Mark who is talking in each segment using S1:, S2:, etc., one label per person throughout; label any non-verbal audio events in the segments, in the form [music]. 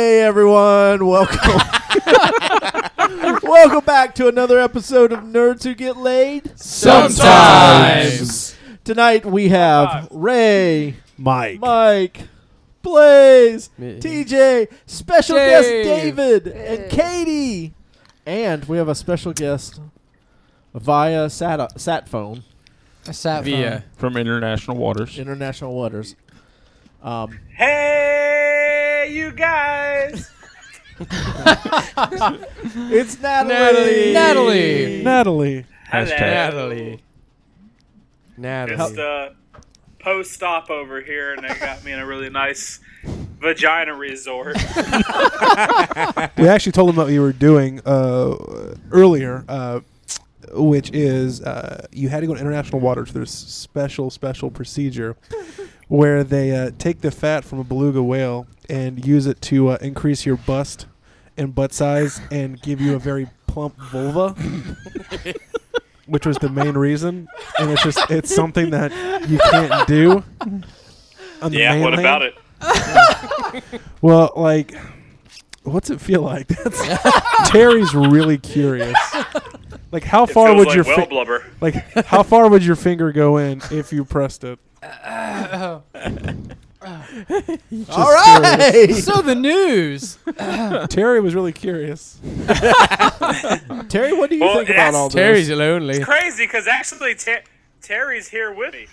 S1: everyone. Welcome. Welcome back to another episode of Nerds Who Get Laid.
S2: Sometimes.
S1: Tonight we have Ray,
S3: Mike.
S1: Mike, Blaze,
S4: Me.
S1: TJ, special guest
S4: Dave.
S1: David, and Katie. And we have a special guest via sat, uh, sat phone,
S4: A sat
S2: Via from international waters.
S1: international waters. Um,
S5: Hey, you guys!
S1: it's
S4: Natalie.
S1: Natalie.
S4: Natalie.
S3: Natalie.
S2: Hashtag.
S5: Just
S4: Natalie.
S5: uh, post stop over here, and they got me in a really nice vagina [laughs] resort.
S3: We actually told them what you were doing uh, earlier, uh, which is uh, you had to go to international waters. There's special, special procedure where they uh, take the fat from a beluga whale and use it to uh, increase your bust and butt size and give you a very plump
S1: [laughs]
S3: vulva. Which was the main reason, and it's just it's something that you can't do.
S1: [laughs]
S3: on the
S5: yeah, what
S3: mainland.
S5: about it?
S3: Well, like, what's it feel like? [laughs] That's Terry's really curious. Like, how
S5: It
S3: far
S5: feels
S3: would
S5: like
S3: your
S5: well
S3: fi-
S5: blubber.
S3: like how far would your finger go in if you pressed [laughs] it?
S1: All right.
S4: so the news.
S3: Terry was really curious.
S1: Terry, what do you
S5: Well,
S1: think about
S5: yes,
S1: all this?
S4: Terry's lonely.
S5: [laughs] Crazy, because actually Ter- Terry's here with me.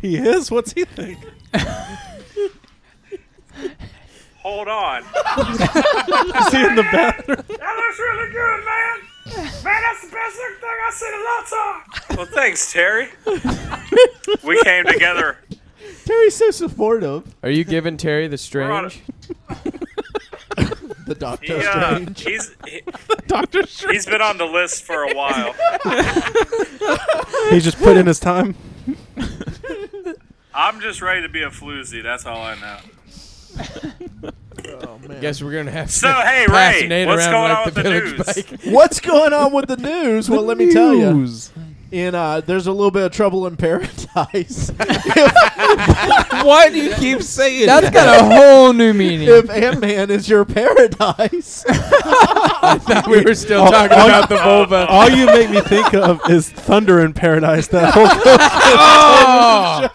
S3: He is. What's he think?
S5: Hold on.
S3: Is he in the bathroom?
S5: [laughs] That looks really good, man. Man, that's the best looking thing I've seen in a long time. Well, thanks, [laughs] Terry. we came together.
S1: Terry's so supportive.
S4: Are you giving Terry the
S5: We're on a-
S4: strange?
S1: The Doctor
S5: He, uh,
S1: Strange.
S5: he's [laughs] he, he's been on the list for a while.
S3: He just put in his time.
S5: I'm just ready to be a floozy. That's all I
S4: [laughs]
S5: know.
S4: Guess we're gonna have
S5: So
S4: to
S5: hey,
S4: pass
S5: Ray,
S4: Nate
S5: what's
S4: around
S5: going
S4: like
S5: on with the,
S4: village
S5: news?
S4: bike.
S1: [laughs] What's going on with the news? Well, let me tell you.
S3: News.
S1: In uh, there's a little bit of trouble in [laughs] paradise. [laughs]
S2: [laughs] Why do you keep saying
S4: That's got a whole new meaning.
S1: if Ant Man is your paradise,
S4: we were still talking
S2: Oh.
S3: all-
S4: about the vulva.
S3: All you make me think of is Thunder in Paradise. That whole
S4: [laughs] Oh!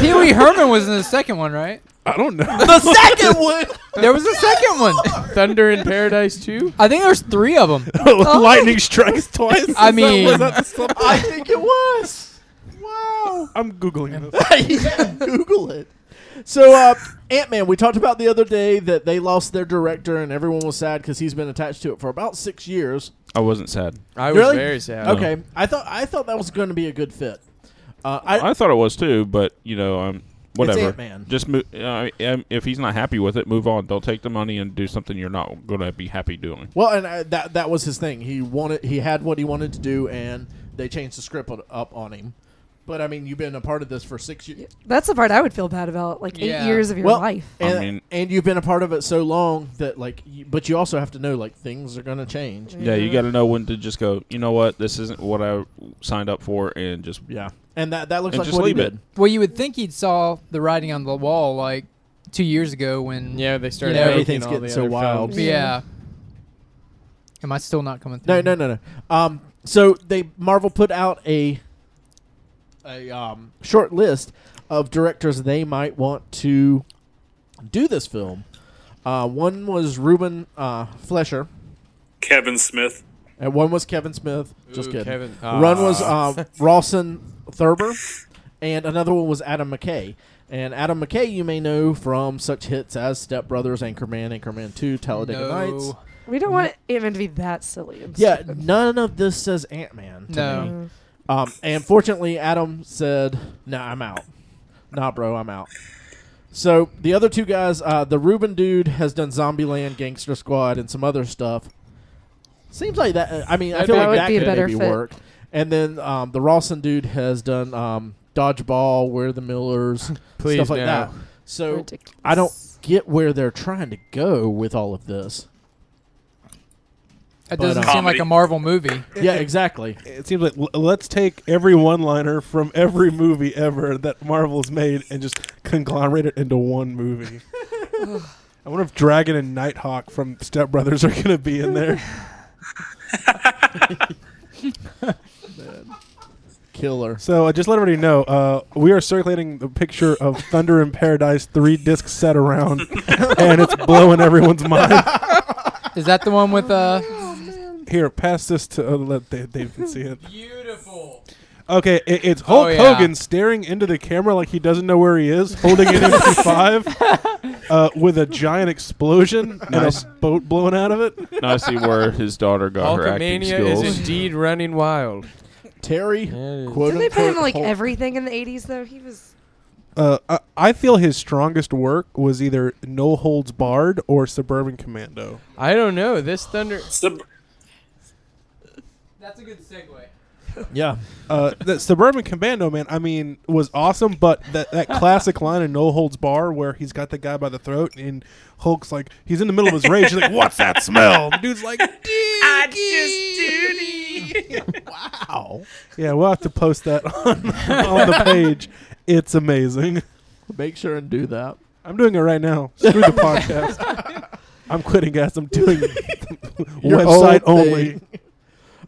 S4: Pee Wee Herman was in the second one, right?
S3: I don't know.
S1: the [laughs] second one.
S4: There was a second one. Thunder in Paradise 2? I think there's three of them.
S3: [laughs] Lightning strikes twice.
S4: I
S3: Is that-
S4: mean-
S3: was that the sub-
S1: I think it was. Wow.
S3: I'm googling this.
S1: Yeah, Google it. So uh, Ant Man, we talked about the other day that they lost their director and everyone was sad because he's been attached to it for about six years.
S2: I wasn't sad.
S4: I was
S1: Really?
S4: very sad.
S1: Okay, I thought I thought that was going to be a good fit. Uh, I,
S2: I thought it was too, but you know, um, whatever.
S1: Ant-Man.
S2: Just move. Uh, um, if he's not happy with it, move on. Don't take the money and do something you're not going to be happy doing.
S1: Well, and uh, that that was his thing. He wanted he had what he wanted to do, and they changed the script on- up on him. But I mean, you've been a part of this for six years.
S6: That's the part I would feel bad about, like
S4: Yeah.
S6: eight years of your
S1: Well,
S6: life.
S1: and,
S2: I mean-
S1: and you've been a part of it so long that like, you, but you also have to know like things are gonna change.
S2: Yeah, you got to know when to just go. You know what? This isn't what I signed up for, and just
S1: Yeah, and that that looks
S2: And
S1: like
S2: just
S1: what
S2: leave
S1: he
S2: it.
S1: did.
S7: Well, you would think he'd saw the writing on the wall like two years ago when.
S4: Yeah, they started
S7: Yeah,
S4: making
S1: everything's
S4: all
S1: getting
S4: the
S1: so
S4: other
S1: wild.
S4: films.
S7: Yeah. Am I still not coming
S1: No,
S7: through?
S1: no, no, no. Um, so they Marvel put out a a um, short list of directors they might want to do this film. Uh, one was Ruben uh, Flesher.
S5: Kevin Smith.
S1: And one was Kevin Smith. Just
S4: Ooh,
S1: kidding.
S4: Kevin- ah.
S1: One was uh, Rawson Thurber, and another one was Adam McKay. And Adam McKay, you may know from such hits as Step Brothers, Anchorman, Anchorman Two, Talladega
S4: No.
S1: Nights.
S6: We don't want Ant-Man to be that silly. and
S1: Yeah,
S6: stupid.
S1: none of this says Ant Man.
S7: No.
S1: Um, and fortunately, Adam said, "Nah, I'm out. Nah, bro, I'm out." So the other two guys, uh, the Ruben dude has done Zombieland, Gangster Squad, and some other stuff. Seems like that. uh, I mean, I
S4: That-
S1: feel
S4: that
S1: like
S6: would
S1: that
S6: be a
S1: could
S6: better
S1: maybe
S6: fit.
S1: work. And then um, the Rawson dude has done um, Dodgeball, Where the
S6: [laughs]
S1: Millers,
S4: Please,
S1: stuff like
S4: no.
S1: that. So
S6: Ridiculous.
S1: I don't get where they're trying to go with all of this.
S7: That
S1: But,
S7: doesn't
S1: uh,
S7: seem
S5: Comedy.
S7: like a Marvel movie.
S1: Yeah, exactly.
S3: It seems like l- let's take every one-liner from every movie ever that Marvel's made and just conglomerate into one movie. I wonder if Dragon and Nighthawk from Step Brothers are going to be in there.
S6: [laughs]
S1: Killer.
S3: So uh, just let everybody know, uh, we are circulating the picture of Thunder in Paradise three disc set around, and it's blowing everyone's mind.
S4: Is that the one with uh?
S3: Here, pass this to uh, let Dave, Dave can see it.
S4: [laughs] Beautiful.
S3: Okay, it, it's Hulk
S4: Oh, yeah.
S3: Hogan staring into the camera like he doesn't know where he is, holding an
S4: [laughs]
S3: MP5 uh, with a giant explosion
S2: Nice.
S3: and a boat blown out of it.
S2: Now I see where his daughter got her acting
S8: Hulkamania
S2: skills.
S8: is indeed running wild.
S1: Terry.
S8: It is.
S1: Quote
S6: Didn't they put him in
S1: unquote,
S6: like
S1: Hulk.
S6: everything in the 80s, though? He was.
S3: Uh, I, I feel his strongest work was either No Holds Barred or Suburban Commando.
S8: I don't know. This thunder.
S5: Sub-
S4: That's a good segue.
S1: Yeah.
S3: Uh, that Suburban Commando, man, I mean, was awesome, but that, that classic line in No Holds Bar where he's got the guy by the throat and Hulk's like, he's in the middle of his rage. He's like, what's that smell? The dude's like,
S5: [laughs] I just duty.
S3: [laughs] wow. Yeah, we'll have to post that [laughs] on, on the page. It's amazing.
S1: Make sure and do that.
S3: I'm doing it right now.
S5: [laughs]
S3: Screw the podcast. I'm quitting, guys. I'm doing
S1: Your
S3: website
S1: own thing.
S3: only.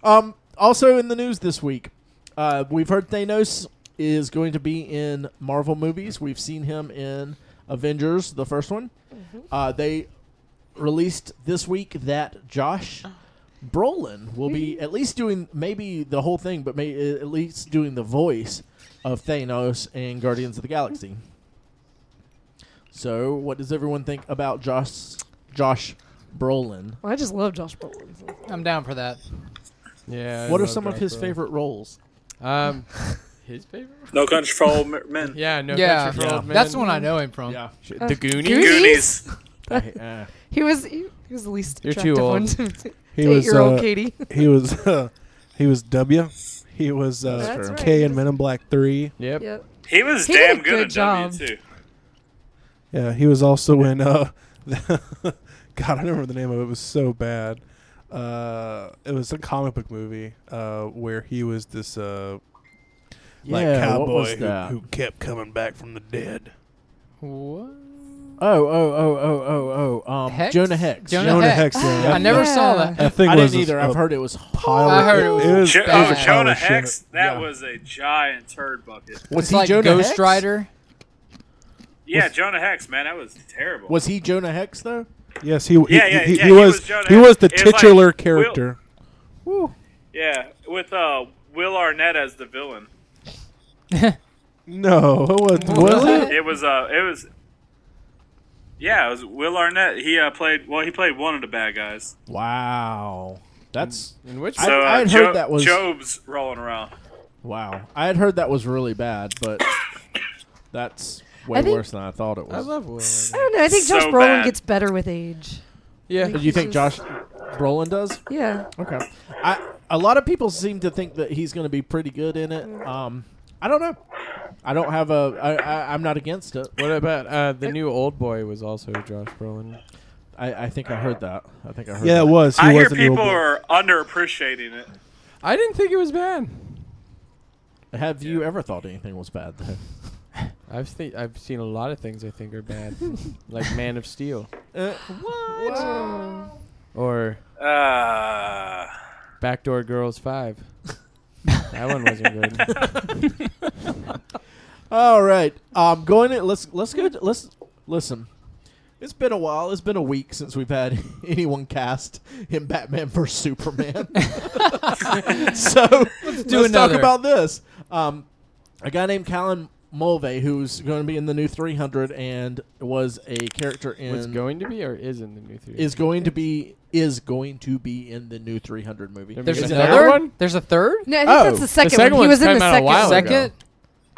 S1: Um, also in the news this week, uh, we've heard Thanos is going to be in Marvel movies. We've seen him in Avengers, the first one. Uh, they released this week that Josh Brolin will be at least doing maybe the whole thing, but may, uh, at least doing the voice of Thanos in Guardians of the Galaxy. So, what does everyone think about Josh Josh Brolin?
S6: Well, I just love Josh Brolin.
S4: I'm down for that.
S8: Yeah. I
S1: What are
S8: love
S1: some of
S8: Josh
S1: his
S8: Brolin.
S1: favorite roles?
S8: Um, his favorite?
S5: No country
S1: [laughs]
S5: for old men.
S8: Yeah. No.
S4: yeah,
S8: Country for Old Men.
S4: that's the one I know him from.
S8: Shit, The Goonies.
S6: Goonies? [laughs]
S5: Goonies.
S6: He was. He, he was the least
S8: You're
S6: attractive
S8: too old.
S6: one to
S3: He was,
S6: eight-year-old
S3: uh,
S6: Katie. [laughs]
S3: He was [laughs] uh, he was W. He was uh,
S6: That's true.
S3: K
S6: right.
S3: in Men in Black Three.
S8: Yep.
S6: Yep.
S5: He was
S6: He did
S5: damn
S6: a
S5: good,
S6: good
S5: at
S6: job.
S5: W too.
S3: Yeah, he was also in. Uh, [laughs] God, I don't remember the name of it. It was so bad. Uh, it was a comic book movie uh, where he was this uh, like
S1: Yeah, what was
S3: cowboy who,
S1: that?
S3: who kept coming back from the dead.
S4: What?
S1: Oh, oh, oh, oh, oh, oh. Um,
S4: Hex?
S1: Jonah Hex. Uh,
S4: Jonah
S3: Jonah
S4: Hex.
S3: Hex. yeah.
S4: I never saw
S6: Yeah.
S4: that.
S3: That thing
S1: I
S3: was
S1: didn't
S3: this-
S1: either.
S3: a
S1: I've heard it was. h-
S3: Pile
S4: I
S3: of-
S4: heard it was
S3: was
S5: Jo-
S3: Oh, it was a
S5: oh,
S3: pile
S5: Jonah
S3: of shit.
S5: Hex, that
S1: Yeah.
S5: was a giant turd bucket.
S1: Was
S4: It's
S1: he
S4: like
S1: Jonah
S4: Ghost
S1: Hex?
S4: Rider.
S5: Yeah, Jonah Hex, man, that was terrible.
S1: Was he Jonah Hex though?
S3: Yes, he he,
S5: Yeah, yeah,
S3: he,
S5: yeah,
S3: he
S5: he
S3: was
S5: was Jonah
S3: he was
S5: Hex.
S3: the
S5: It was like
S3: titular
S5: Will-
S3: character.
S5: yeah, with uh, Will Arnett as the villain.
S3: No, it wasn't. Was it?
S5: It was uh, it was. Yeah, it was Will Arnett. He uh, played well. He played one of the bad guys.
S1: Wow, that's
S8: In which
S1: I-
S5: So uh,
S1: I had
S5: Jo-
S1: heard that was-
S5: Job's rolling around.
S1: wow. I had heard that was really bad,
S5: [coughs]
S1: but that's way
S6: I think-
S1: worse than I thought it
S8: I
S1: was.
S8: love Will.
S6: I don't know. I think Josh
S5: So
S6: Brolin
S5: bad.
S6: gets better with age.
S8: Yeah.
S1: Do you think
S6: Jesus.
S1: Josh Brolin does?
S6: Yeah.
S1: Okay. I a lot of people seem to think that he's going to be pretty good in it. Um, I don't know. I don't have a. I, I, I'm not against it.
S8: What about uh, the new old boy was also Josh
S7: [laughs]
S8: Brolin.
S1: I, I think I heard that. I think I heard.
S3: Yeah,
S1: that.
S3: it was. He
S5: I
S3: was
S5: hear
S3: the new
S5: people
S3: old boy.
S5: are underappreciating it.
S8: I didn't think it was bad.
S1: Have you ever thought anything was bad though?
S8: I've seen I've seen a lot of things I think are bad, like
S6: [laughs]
S8: Man of Steel or
S5: Uh,
S8: Backdoor Girls Five. that one wasn't good.
S1: All right. Um, going. In, let's let's go. to- let's listen. It's been a while. It's been a week since we've had [laughs] anyone cast in Batman vs
S4: [laughs]
S1: Superman. [laughs] so let's,
S4: do
S1: talk
S4: another.
S1: about this. Um, a guy named Callan Mulvey, who's going to be in the new 300, and was a character in
S8: Was going to be or is in the new three?
S1: is going to be is going to be in the new 300 movie.
S4: There's
S8: Is it
S4: another
S8: another one?
S4: There's a third.
S6: No, I think
S8: Oh,
S6: that's
S8: the
S6: the second,
S8: second
S6: one. He
S8: one's
S6: was in the
S8: come out a
S6: second.
S8: while
S6: one.
S8: ago.
S4: Second.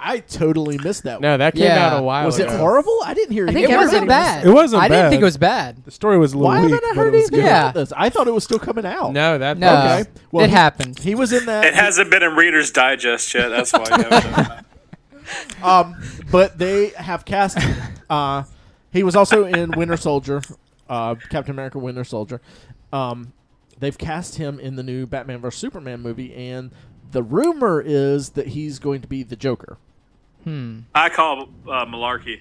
S1: I totally missed that.
S8: no, that came
S4: Yeah.
S8: out a while
S1: one. was it
S8: ago.
S1: horrible? I didn't hear.
S6: I
S1: anything
S6: think
S4: It wasn't
S6: everybody was-
S4: bad.
S3: It wasn't
S4: I didn't
S3: bad.
S4: think it was bad.
S3: The story was a little
S1: Why
S3: weak.
S1: haven't I
S3: but
S1: heard
S3: it was
S1: anything
S3: good.
S4: Yeah.
S1: about this? I thought it was still coming out.
S8: No, that
S4: No.
S1: Okay. Well,
S4: it
S1: he-
S4: happened.
S6: [laughs]
S1: He was in that.
S5: [laughs] it hasn't been in Reader's Digest yet. That's why. you haven't done
S1: [laughs]
S5: that.
S1: Um, but they have cast. Uh, he was also in Winter Soldier, uh, Captain America: Winter Soldier. Um, they've cast him in the new Batman vs Superman movie, and the rumor is that he's going to be the Joker.
S5: I call uh, malarkey.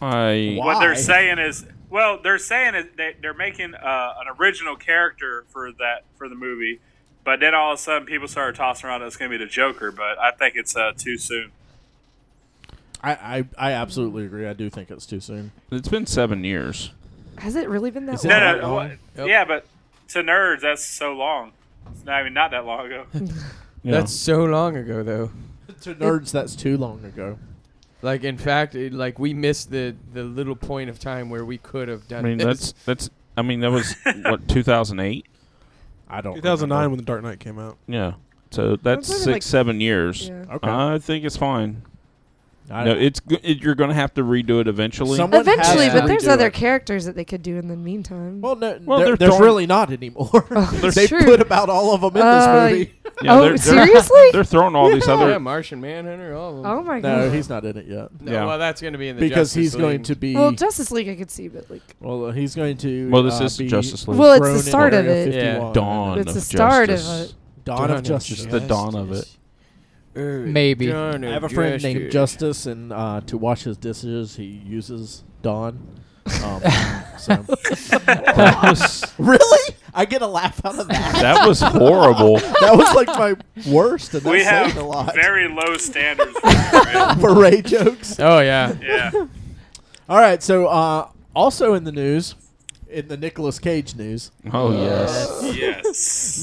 S2: I
S5: What they're
S1: Why?
S5: saying is, well, they're saying is they, they're making uh, an original character for that for the movie, but then all of a sudden people started tossing around it's going to be the Joker, but I think it's uh, too soon.
S1: I, I, I absolutely agree. I do think it's too soon.
S2: it's been seven years.
S6: Has it really been that
S1: Is it
S6: long?
S5: No,
S1: that
S5: no,
S1: long?
S5: what- yeah, but to nerds that's so long. It's not, I mean, not that
S1: [laughs]
S5: long ago.
S2: Yeah.
S8: That's so long ago, though.
S1: To nerds, that's too long ago.
S8: Like in fact, it, like we missed the the little point of time where we could have
S2: I
S8: done.
S2: mean
S8: this.
S2: that's that's I mean that was what 2008.
S1: I don't.
S3: 2009 when The Dark Knight came out.
S2: Yeah. So that's
S6: talking
S2: six
S6: like-
S2: seven years.
S6: Yeah.
S1: Okay.
S2: I think it's fine.
S1: remember. I-
S2: Uh-huh. no, it's go- it, you're going to have to redo it eventually.
S1: Someone has
S6: Eventually,
S1: to
S6: but there's
S1: redo
S6: other
S1: it.
S6: characters that they could do in the meantime.
S1: Well, no,
S2: Well,
S1: there-
S2: they're
S1: there's
S2: throwing-
S1: really not
S6: [laughs]
S1: anymore.
S6: that's
S1: they
S6: true.
S1: put about all of them in
S6: Uh,
S1: this movie.
S2: Yeah,
S6: oh,
S2: they're, they're,
S6: seriously?
S2: they're throwing all these
S8: yeah,
S2: other.
S8: Martian Manhunter, all of them.
S6: oh my
S1: No,
S6: god.
S1: he's not in it yet
S8: No,
S2: Yeah.
S8: well, that's going to be in the
S1: because
S8: Justice
S1: he's going
S8: League.
S1: to be.
S6: well,
S1: Well,
S6: Justice League I could see, but like,
S1: he's going to.
S2: Well, this
S1: uh,
S2: is
S1: be
S2: Justice League.
S6: Well, it's the
S1: thrown in
S6: start of
S1: Area
S6: it.
S1: 51.
S8: Yeah.
S2: dawn.
S6: It's
S2: of
S6: the start of
S2: justice.
S6: it.
S1: Dawn of Justice.
S2: Just the dawn of it.
S7: Maybe.
S1: I have a friend named Justice, and uh, to wash his dishes, he uses Dawn.
S6: [laughs]
S1: Um, so.
S2: that was
S1: Really? I get a laugh out of that.
S2: that was horrible.
S1: that was like my worst, and that's
S5: We have
S1: saying a lot
S5: very low standards. For that,
S1: [laughs] for Ray jokes.
S8: Oh yeah.
S5: yeah,
S1: All right, so uh, also in the news, in the Nicolas Cage news,
S2: Oh yes.
S5: yes.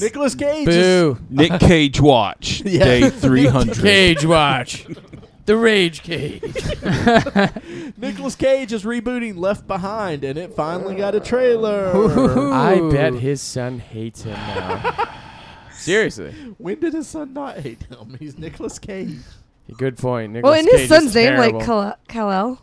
S1: [laughs] Nicolas Cage. Is,
S8: Boo.
S2: Nick Cage watch
S1: [laughs] Yeah.
S2: day three hundred.
S1: [laughs]
S8: Cage watch. the Rage Cage.
S1: Nicolas Cage is rebooting Left Behind, and it finally got a trailer.
S8: [laughs] I bet his son hates him
S6: [laughs]
S8: now. Seriously.
S1: When did his son not hate him? He's Nicolas Cage.
S8: Good point.
S6: well,
S8: Nicolas
S6: in
S8: Cage
S6: his
S8: is
S6: son's name,
S8: terrible.
S6: like Kal- Kal-El.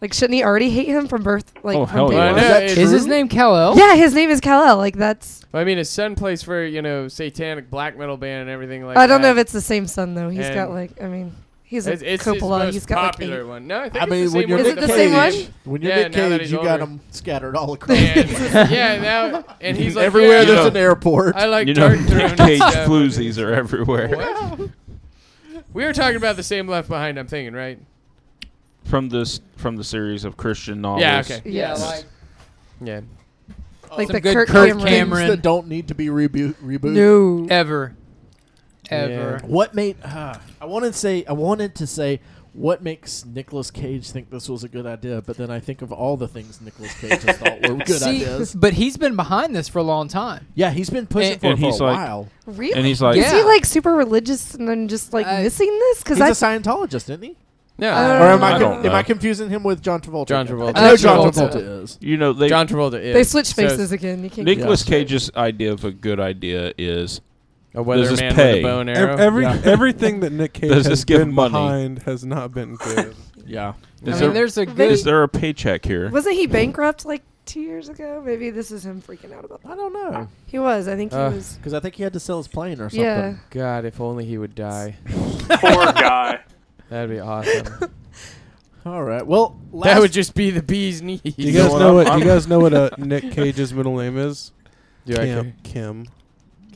S6: Like, shouldn't he already hate him from birth? Like,
S2: Oh,
S6: from
S2: hell
S6: day
S2: yeah.
S8: Well, I
S6: one?
S8: know
S1: that
S8: it's-
S1: true?
S7: Is his name Kal-El?
S6: Yeah, his name is Kal-El. Like, that's.
S8: I mean, his son plays for you know satanic black metal band and everything like.
S6: I don't know
S8: that.
S6: if it's the same son though. He's got
S8: And-
S6: like, I mean, he's a
S8: It's, it's his
S6: Coppola.
S8: most
S6: he's got
S8: popular
S6: like. Eight.
S8: one. No, I think
S1: I
S8: it's
S1: mean,
S8: the
S1: when
S8: same
S1: you're
S8: one.
S6: Nick Is it the same Cage. one?
S1: When you're
S8: Yeah,
S1: Nick
S8: now
S1: Cage,
S8: that he's
S1: you got
S8: older.
S1: him scattered all across.
S8: And, yeah, now and he's like
S1: Everywhere
S8: yeah,
S1: there's
S8: you
S1: an airport.
S8: know, I like
S2: You know,
S8: dark
S2: Nick
S8: throne
S2: Cage
S8: stuff.
S2: floozies are everywhere
S8: What? we were talking about the same Left Behind. I'm thinking, right?
S2: from this from the series of Christian novels.
S8: Yeah. Okay.
S7: Yeah,
S6: Yes.
S7: like
S8: Yeah.
S6: Like
S7: Some
S6: the
S7: good
S6: Kirk,
S7: Kirk
S6: Cameron.
S7: Cameron.
S1: Things that don't need to be reboot. Reboot.
S6: No.
S7: ever, ever.
S1: What made? Uh, I wanted to say. I wanted to say. What makes Nicolas Cage think this was a good idea? But then I think of all the things Nicolas Cage has thought
S7: [laughs]
S1: were good
S7: See,
S1: ideas.
S7: but he's been behind this for a long time.
S1: Yeah, he's been pushing
S7: And-
S1: for
S2: and
S1: it for
S2: he's
S1: a
S2: like-
S1: while.
S6: Really?
S2: And he's like,
S6: Is he
S7: Yeah. Uh,
S6: like super religious and then just like
S7: I-
S6: missing this? Because
S1: He's
S6: I
S1: a Scientologist, isn't he?
S8: No.
S6: Uh,
S1: Or am I,
S2: I don't
S1: am I
S2: know.
S1: confusing him with John Travolta?
S8: John
S1: again?
S8: Travolta.
S1: I know John
S7: John
S1: Travolta,
S7: Travolta.
S1: is.
S2: You know they
S8: John Travolta is.
S6: they switch
S8: So it's
S6: faces again. You can't.
S2: Nicholas
S1: Yeah.
S2: Cage's idea of a good idea is
S8: a
S2: Does this
S8: weatherman with
S2: pay?
S8: a bow and
S3: Ev-
S8: arrow.
S3: Every
S1: Yeah.
S3: everything that Nick [laughs] Cage
S2: Does this
S3: has
S2: give
S3: been
S2: money?
S3: behind has not been [laughs] good.
S1: Yeah.
S7: I
S2: is,
S7: mean,
S2: there,
S7: there's a
S6: They-
S7: good.
S2: is there a paycheck here?
S6: Wasn't he bankrupt like two years ago? Maybe this is him freaking out about
S1: I
S6: that.
S1: don't know.
S6: He was. I think he
S8: Uh,
S6: was.
S1: Because I think he had to sell his plane or something.
S6: Yeah.
S8: God, if only he would die.
S5: Poor guy.
S8: That'd be awesome.
S1: All right. Well, last,
S8: that would just be the bee's knees.
S3: Do you guys
S2: know
S3: know
S2: what?
S3: what? Do you guys know what uh, Nick Cage's middle name is?
S8: Do I
S3: Kim.
S8: care?
S3: Kim.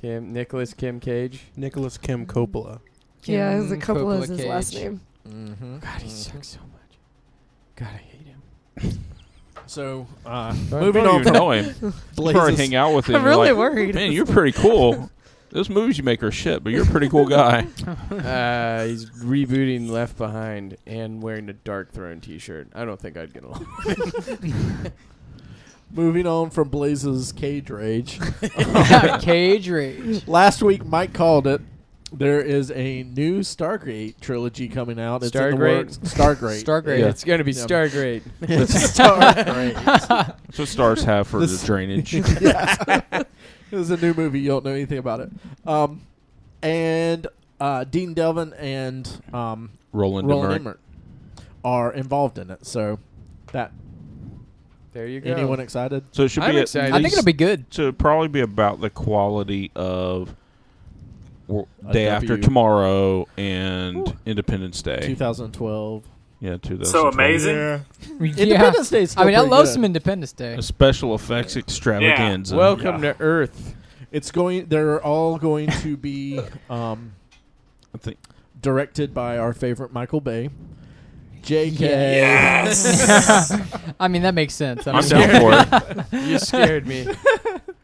S8: Kim Nicholas Kim Cage.
S3: Nicholas Kim Coppola.
S6: [laughs] Yeah, it was a
S7: Kim
S6: couple
S7: Coppola
S6: is his last
S7: Mm, Cage.
S6: name.
S7: [laughs]
S1: Mhm.
S8: God, he sucks so much. Mm-hmm. God, I hate [laughs] him.
S1: So, uh,
S8: I
S1: moving
S2: don't
S1: on from
S2: even know
S7: [laughs]
S2: him. You probably
S1: Blaze's-
S2: hang out with him. [laughs]
S6: I'm
S2: you're
S6: really
S2: like,
S6: worried.
S2: Man, you're pretty cool. Those movies you make are shit, but you're a pretty
S7: [laughs]
S2: cool guy.
S8: Uh, he's rebooting Left Behind and wearing a Dark Throne T-shirt. I don't think I'd get along. [laughs]
S6: [laughs]
S1: moving on from Blaze's cage rage. [laughs]
S6: [laughs]
S7: Cage rage.
S1: Last week, Mike called it. There is a new Stargate trilogy coming out. It's in the
S8: Stargrate?
S1: works.
S8: [laughs]
S1: Stargate.
S7: Stargrate.
S2: Yeah.
S8: It's gonna be
S1: Yeah. [laughs]
S8: Stargate. [laughs]
S1: Stargrate. [laughs]
S2: That's what stars have for
S1: This-
S2: the drainage.
S1: [laughs] This is a new movie. You don't know anything about it. Um, and uh, Dean Devlin and um,
S2: Roland,
S1: Roland
S2: Emmerich.
S1: Emmerich are involved in it. So, that
S8: There you go.
S1: anyone excited?
S2: So it should
S8: I'm
S2: be. at
S7: [laughs]
S8: excited.
S7: I think
S2: least-
S7: it'll be good.
S2: So it'd probably be about the quality of w-
S1: A
S2: day after
S1: W.
S2: tomorrow and Independence Day.
S1: 2012.
S2: Yeah, 2000.
S5: So amazing.
S1: Independence Day.
S7: I mean, I love some Independence Day.
S2: A special effects extravaganza.
S8: Welcome to Earth.
S1: It's going. They're all going to be [laughs] um,
S2: I think
S1: directed by our favorite Michael Bay. JK.
S7: [laughs] I mean, that makes sense. I
S2: I'm
S7: mean,
S2: down for it.
S7: [laughs]
S8: You [laughs] scared me.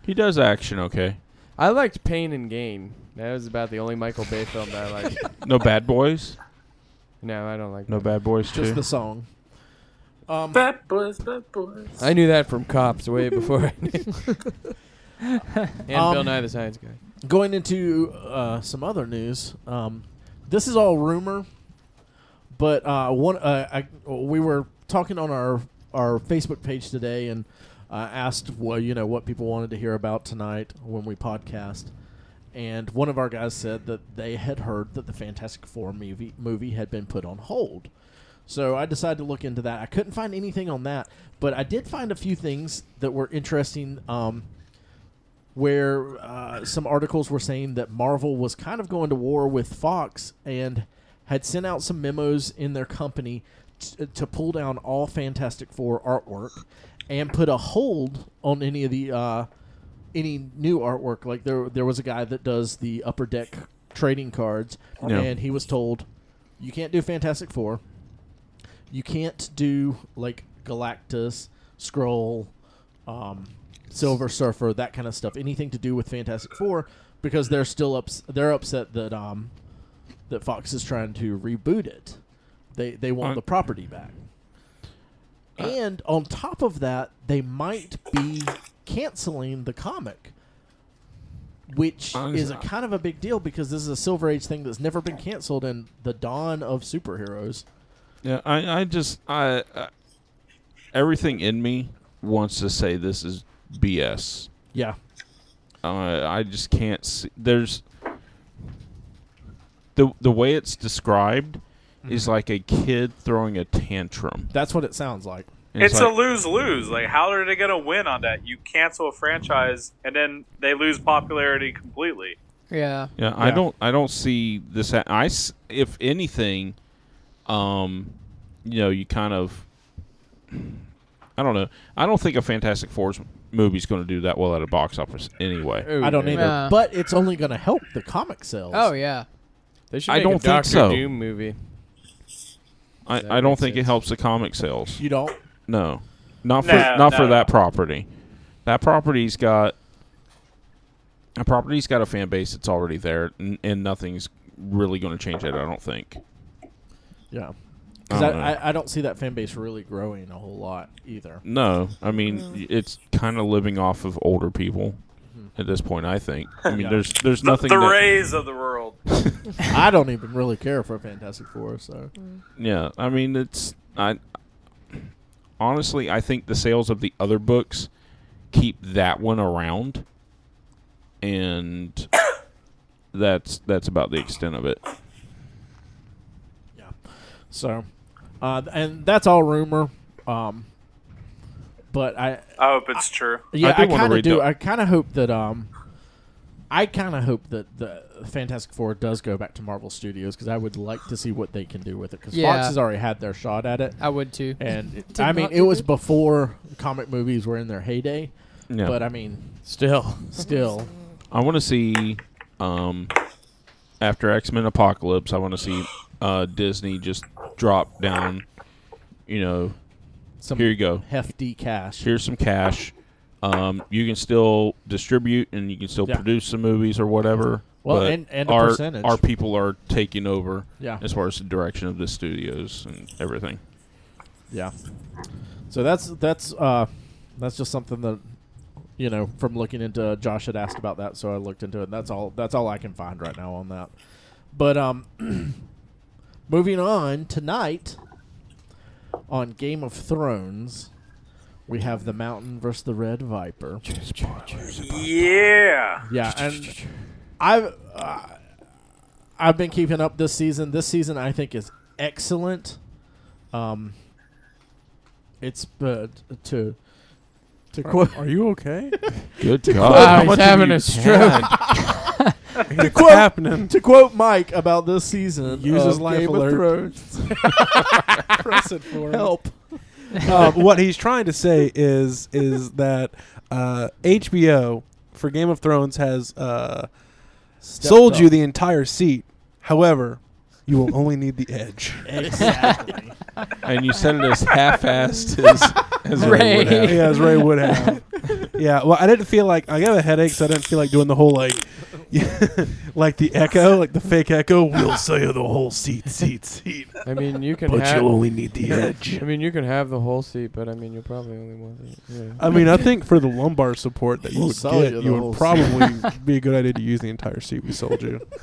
S2: He does action okay.
S8: [laughs] I liked Pain and Gain. That was about the only Michael Bay film that I [laughs] liked.
S2: No bad boys.
S8: No, I don't like.
S2: No bad boys
S1: [laughs]
S2: too.
S1: Just the song. Um,
S5: Bad boys, bad boys.
S8: I knew that from Cops way before I knew. [laughs] and
S1: Um,
S8: Bill Nye the Science Guy.
S1: going into uh, some other news, um, this is all rumor, but uh, one uh, I, we were talking on our our Facebook page today and uh, asked well you know what people wanted to hear about tonight when we podcast, and one of our guys said that they had heard that the Fantastic Four movie movie had been put on hold. So I decided to look into that. I couldn't find anything on that, but I did find a few things that were interesting. Um, where uh, some articles were saying that Marvel was kind of going to war with Fox and had sent out some memos in their company t- uh, to pull down all Fantastic Four artwork and put a hold on any of the uh, any new artwork. Like there, there was a guy that does the upper deck trading cards,
S2: Yeah.
S1: and he was told, "You can't do Fantastic Four. You can't do like Galactus, Scroll." um, Silver Surfer, that kind of stuff. Anything to do with Fantastic Four because they're still ups- they're upset that um, that Fox is trying to reboot it. They they want
S2: Uh,
S1: the property back. And on top of that, they might be canceling the comic, which
S2: Uh,
S1: is a kind of a big deal because this is a Silver Age thing that's never been canceled in the dawn of superheroes.
S2: Yeah, I, I just, I, I, everything in me wants to say this is BS.
S1: Yeah,
S2: Uh, I just can't see. There's the the way it's described is
S5: Mm-hmm.
S2: like a kid throwing a tantrum.
S1: that's what it sounds like.
S2: And
S5: It's a
S2: like,
S5: lose lose. Like, how are they going to win on that? You cancel a franchise and then they lose popularity completely.
S7: yeah.
S2: yeah, I
S1: yeah.
S2: don't, I don't see this. ha- I, s- if anything, um, you know, you kind of, I don't know. I don't think a Fantastic Four's movie's going to do that well at a box office anyway.
S1: I don't either,
S7: Yeah.
S1: but it's only going to help the comic sales.
S7: Oh yeah.
S8: They should
S2: I
S8: make
S2: don't
S8: a
S2: think
S8: Doctor
S2: so.
S8: Doom movie. That
S2: I, I don't
S8: makes
S2: think it
S8: sense.
S2: helps the comic sales.
S1: you don't.
S2: No, not for
S5: No,
S2: not for
S5: no,
S2: that
S5: no.
S2: property. That property's got a property's got a fan base that's already there, and, and nothing's really going to change it. I don't think.
S1: Yeah. Because
S2: I
S1: I,
S2: don't know.
S1: I, I don't see that fan base really growing a whole lot either.
S2: No, I mean it's kind of living off of older people at this point. I think. I
S5: [laughs]
S2: mean,
S1: Yeah.
S2: there's there's nothing.
S5: the
S2: that-
S5: rays of the world.
S1: I don't even really care for Fantastic Four, so
S2: Yeah, I mean it's I honestly I think the sales of the other books keep that one around and [coughs] that's that's about the extent of it.
S1: so, uh, and that's all rumor. Um, but I
S5: I hope it's true.
S1: yeah
S2: do
S1: I,
S2: wanna
S1: kind of
S2: read
S1: do.
S2: the-
S1: I kind of hope that um, I kind of hope that the Fantastic Four does go back to Marvel Studios because I would like to see what they can do with it because
S7: Yeah.
S1: Fox has already had their shot at it,
S7: I would too. [laughs]
S1: and
S6: Did
S1: I mean
S6: not
S1: it
S6: do
S1: was
S6: good.
S1: before comic movies were in their heyday.
S2: Yeah.
S1: But I mean,
S8: Still,
S1: still,
S2: I want to see um after X-Men Apocalypse, I want to see uh Disney just drop down, you know,
S1: some
S2: here you go.
S1: hefty cash.
S2: Here's some cash. Um, you can still distribute and you can still
S1: Yeah.
S2: produce some movies or whatever.
S1: Well,
S2: but
S1: and- and a
S2: our,
S1: percentage.
S2: Our people are taking over
S1: Yeah.
S2: as far as the direction of the studios and everything.
S1: Yeah. So that's that's uh that's just something that you know from looking into Josh had asked about that, so I looked into it. And that's all that's all I can find right now on that. But um [clears throat] moving on tonight on Game of Thrones, we have the Mountain versus the Red Viper.
S5: Yeah.
S1: Yeah, and I've uh, I've been keeping up this season. This season I think is excellent. Um, it's uh, to to quote
S3: Are you [laughs] okay?
S2: Good
S8: wow,
S2: God.
S8: he's having a stroke.
S3: It's happening.
S1: to quote Mike about this season.
S3: Use his
S1: of
S3: life
S1: Game
S3: alert.
S1: of Thrones.
S3: [laughs] Press it for him.
S1: Help!
S3: um, what he's trying to say is is that uh, HBO for Game of Thrones has uh, sold you the entire seat. However, You will only need the edge.
S1: Exactly.
S2: and you said it as half-assed as, as Ray. would
S7: Ray.
S2: have.
S3: [laughs] yeah, as Ray would have. [laughs] Yeah, well, I didn't feel like I got a headache, so I didn't feel like doing the whole like, [laughs] like the echo, like the fake echo. We'll sell you the whole seat, seat, seat,
S8: I mean, you can
S3: but
S8: have.
S3: you'll only need the edge.
S8: I mean, you can have the whole seat, but I mean, you'll probably only want it. Yeah.
S3: I mean, I think for the lumbar support that you
S1: We'll
S3: would
S1: sell
S3: get,
S1: you the
S3: you
S1: whole
S3: would
S1: seat.
S3: probably [laughs] be a good idea to use the entire seat we sold you.
S1: [laughs]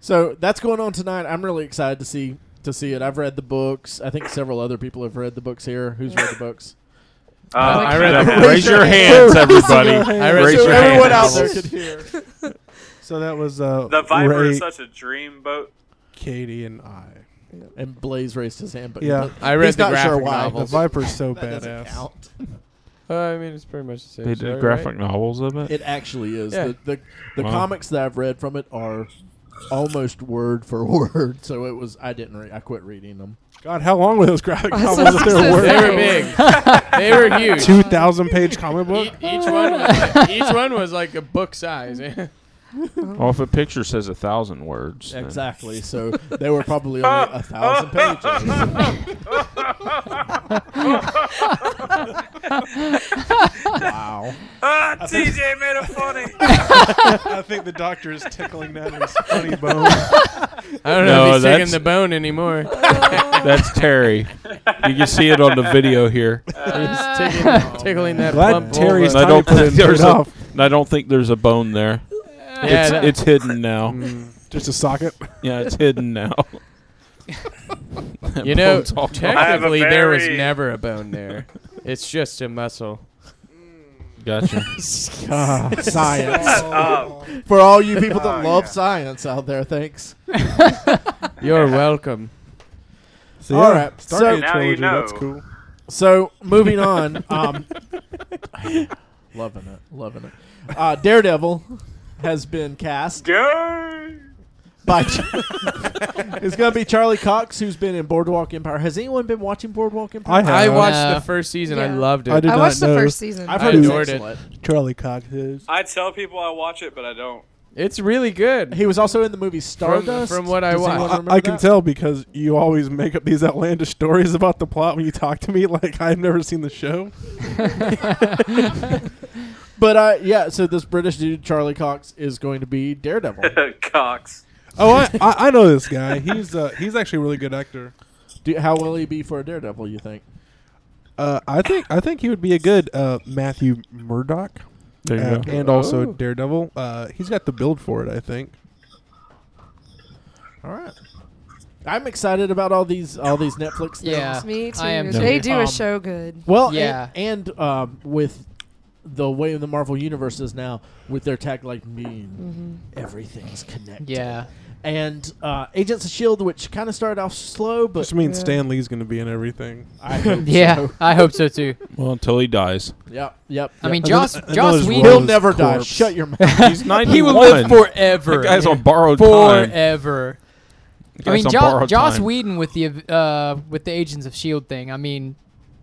S1: So that's going on tonight. I'm really excited to see to see it. I've read the books. I think several other people have read the books here. Who's read the books?
S5: Uh,
S8: I read
S5: that
S8: that.
S5: one.
S2: Raise
S1: [laughs]
S2: your hands, everybody.
S3: I
S8: read- Raise
S1: so
S8: your
S1: everyone out
S2: hands.
S1: there can hear.
S3: So that was uh,
S5: [laughs] The Viper
S3: Ray,
S5: is such a dream boat.
S3: Katie, and I.
S1: And Blaze raised his hand, but
S3: Yeah.
S8: I read
S1: He's
S8: the
S1: not
S8: graphic
S1: sure why.
S3: The
S8: novels.
S3: Viper's so
S1: that doesn't
S3: badass.
S1: count.
S8: Uh, I mean, it's pretty much the same.
S2: They
S8: story,
S2: did
S8: right?
S2: graphic novels of it.
S1: It actually is.
S8: Yeah.
S1: The the, the
S2: Wow.
S1: comics that I've read from it are almost word for [laughs] word. So it was. I didn't. Re- I quit reading them.
S3: God, how long were those graphic
S6: I was
S3: novels? if they
S6: just
S3: were
S8: They
S6: gonna
S8: were big.
S7: [laughs]
S6: [laughs]
S8: they
S2: [laughs]
S8: were huge.
S3: two thousand page comic
S8: E-
S3: book.
S8: each one, was, each one was like a book size. [laughs]
S2: Well, Oh, if a picture says a thousand words, then-
S1: Exactly. So they were probably only a thousand pages. [laughs] wow.
S5: Ah, TJ made it
S3: [laughs]
S5: funny.
S3: I think the doctor is tickling that [laughs] in his funny bone.
S8: I
S2: No,
S8: don't know if he's taking
S2: that's-
S8: the bone anymore.
S6: [laughs]
S2: that's Terry. You can see it on the video here.
S3: [laughs]
S8: he's tickling, tickling that
S3: Glad
S8: plump
S3: Terry's
S2: And I
S3: tummy
S8: vulva.
S2: don't
S3: put
S2: think
S3: in shirt
S2: there's a-
S3: off.
S2: And I don't think there's a bone there.
S8: Yeah,
S2: it's,
S8: that-
S2: it's hidden now.
S3: Just a [laughs] socket.
S2: Yeah, it's hidden now. That
S8: you know,
S2: bone's all gone.
S5: I have a
S8: technically there was
S5: very-
S8: never a
S2: [laughs]
S8: bone there. It's just a muscle.
S2: Gotcha.
S3: Ah,
S5: [laughs]
S1: science.
S5: Oh,
S1: For all you people that
S5: Oh,
S1: love
S5: yeah.
S1: science out there, thanks.
S8: You're welcome.
S3: So,
S1: All right,
S3: Stargate
S1: so-
S5: Now you
S3: trilogy, That's
S5: know.
S3: cool.
S1: So moving on. Um, [laughs] loving it. Loving it. Uh, Daredevil has been cast
S5: gay.
S1: by. it's going to be Charlie Cox, who's been in Boardwalk Empire. Has anyone been watching Boardwalk Empire?
S3: I have.
S8: I watched
S7: Uh,
S8: the first season. I
S6: yeah.
S8: loved it.
S3: I did
S6: I
S3: not
S6: watched the
S3: know.
S6: first season.
S1: I've
S8: I
S1: heard it's
S8: adored it.
S1: excellent.
S3: Charlie Cox is.
S5: I tell people I watch it, but I don't. [laughs]
S8: It's really good.
S1: He was also in the movie Stardust.
S8: from what I
S1: Does anyone
S8: watched.
S1: remember
S3: I, I can
S1: that?
S3: tell because you always make up these outlandish stories about the plot when you talk to me. [laughs] Like I've never seen the show.
S1: But uh, yeah, so this British dude, Charlie Cox, is going to be
S3: [laughs]
S1: Daredevil.
S5: Cox.
S3: Oh, I, I, I know this guy. He's uh, he's actually a really good actor.
S1: Do, how will he be for a Daredevil, you think?
S3: Uh, I think I think he would be a good uh, Matthew Murdock,
S2: There
S3: uh,
S2: you go.
S3: and also
S8: Oh.
S3: Daredevil. Uh, he's got the build for it. I think.
S1: All right. I'm excited about all these all these Netflix things.
S7: Yeah.
S6: Me too.
S7: I am
S6: they
S7: too.
S6: do
S1: Um,
S6: a show good.
S1: Well,
S7: Yeah.
S1: and, and um, with the way the Marvel universe is now, with their tag like mean, everything's connected.
S7: Mm-hmm. Yeah.
S1: And uh, Agents of Shield, which kind of started off slow, but
S3: Which means
S6: Yeah.
S3: Stan Lee's going to be in everything.
S1: I hope
S7: Yeah,
S1: so.
S7: I hope so too.
S2: Well, until he dies,
S1: Yep, yep.
S7: I mean,
S3: then-
S7: Joss,
S3: and then
S7: Joss
S3: there's
S1: he'll
S3: Will's
S7: Whedon,
S1: never die.
S3: corpse.
S1: Shut your mouth.
S2: [laughs] he's ninety-one.
S7: he will live forever.
S2: That guy's on borrowed time.
S7: forever.
S2: That
S7: I
S2: guy's
S7: mean,
S2: on
S7: jo-
S2: borrowed
S7: Joss
S2: time.
S7: Whedon with the uh, with the Agents of Shield thing. I mean,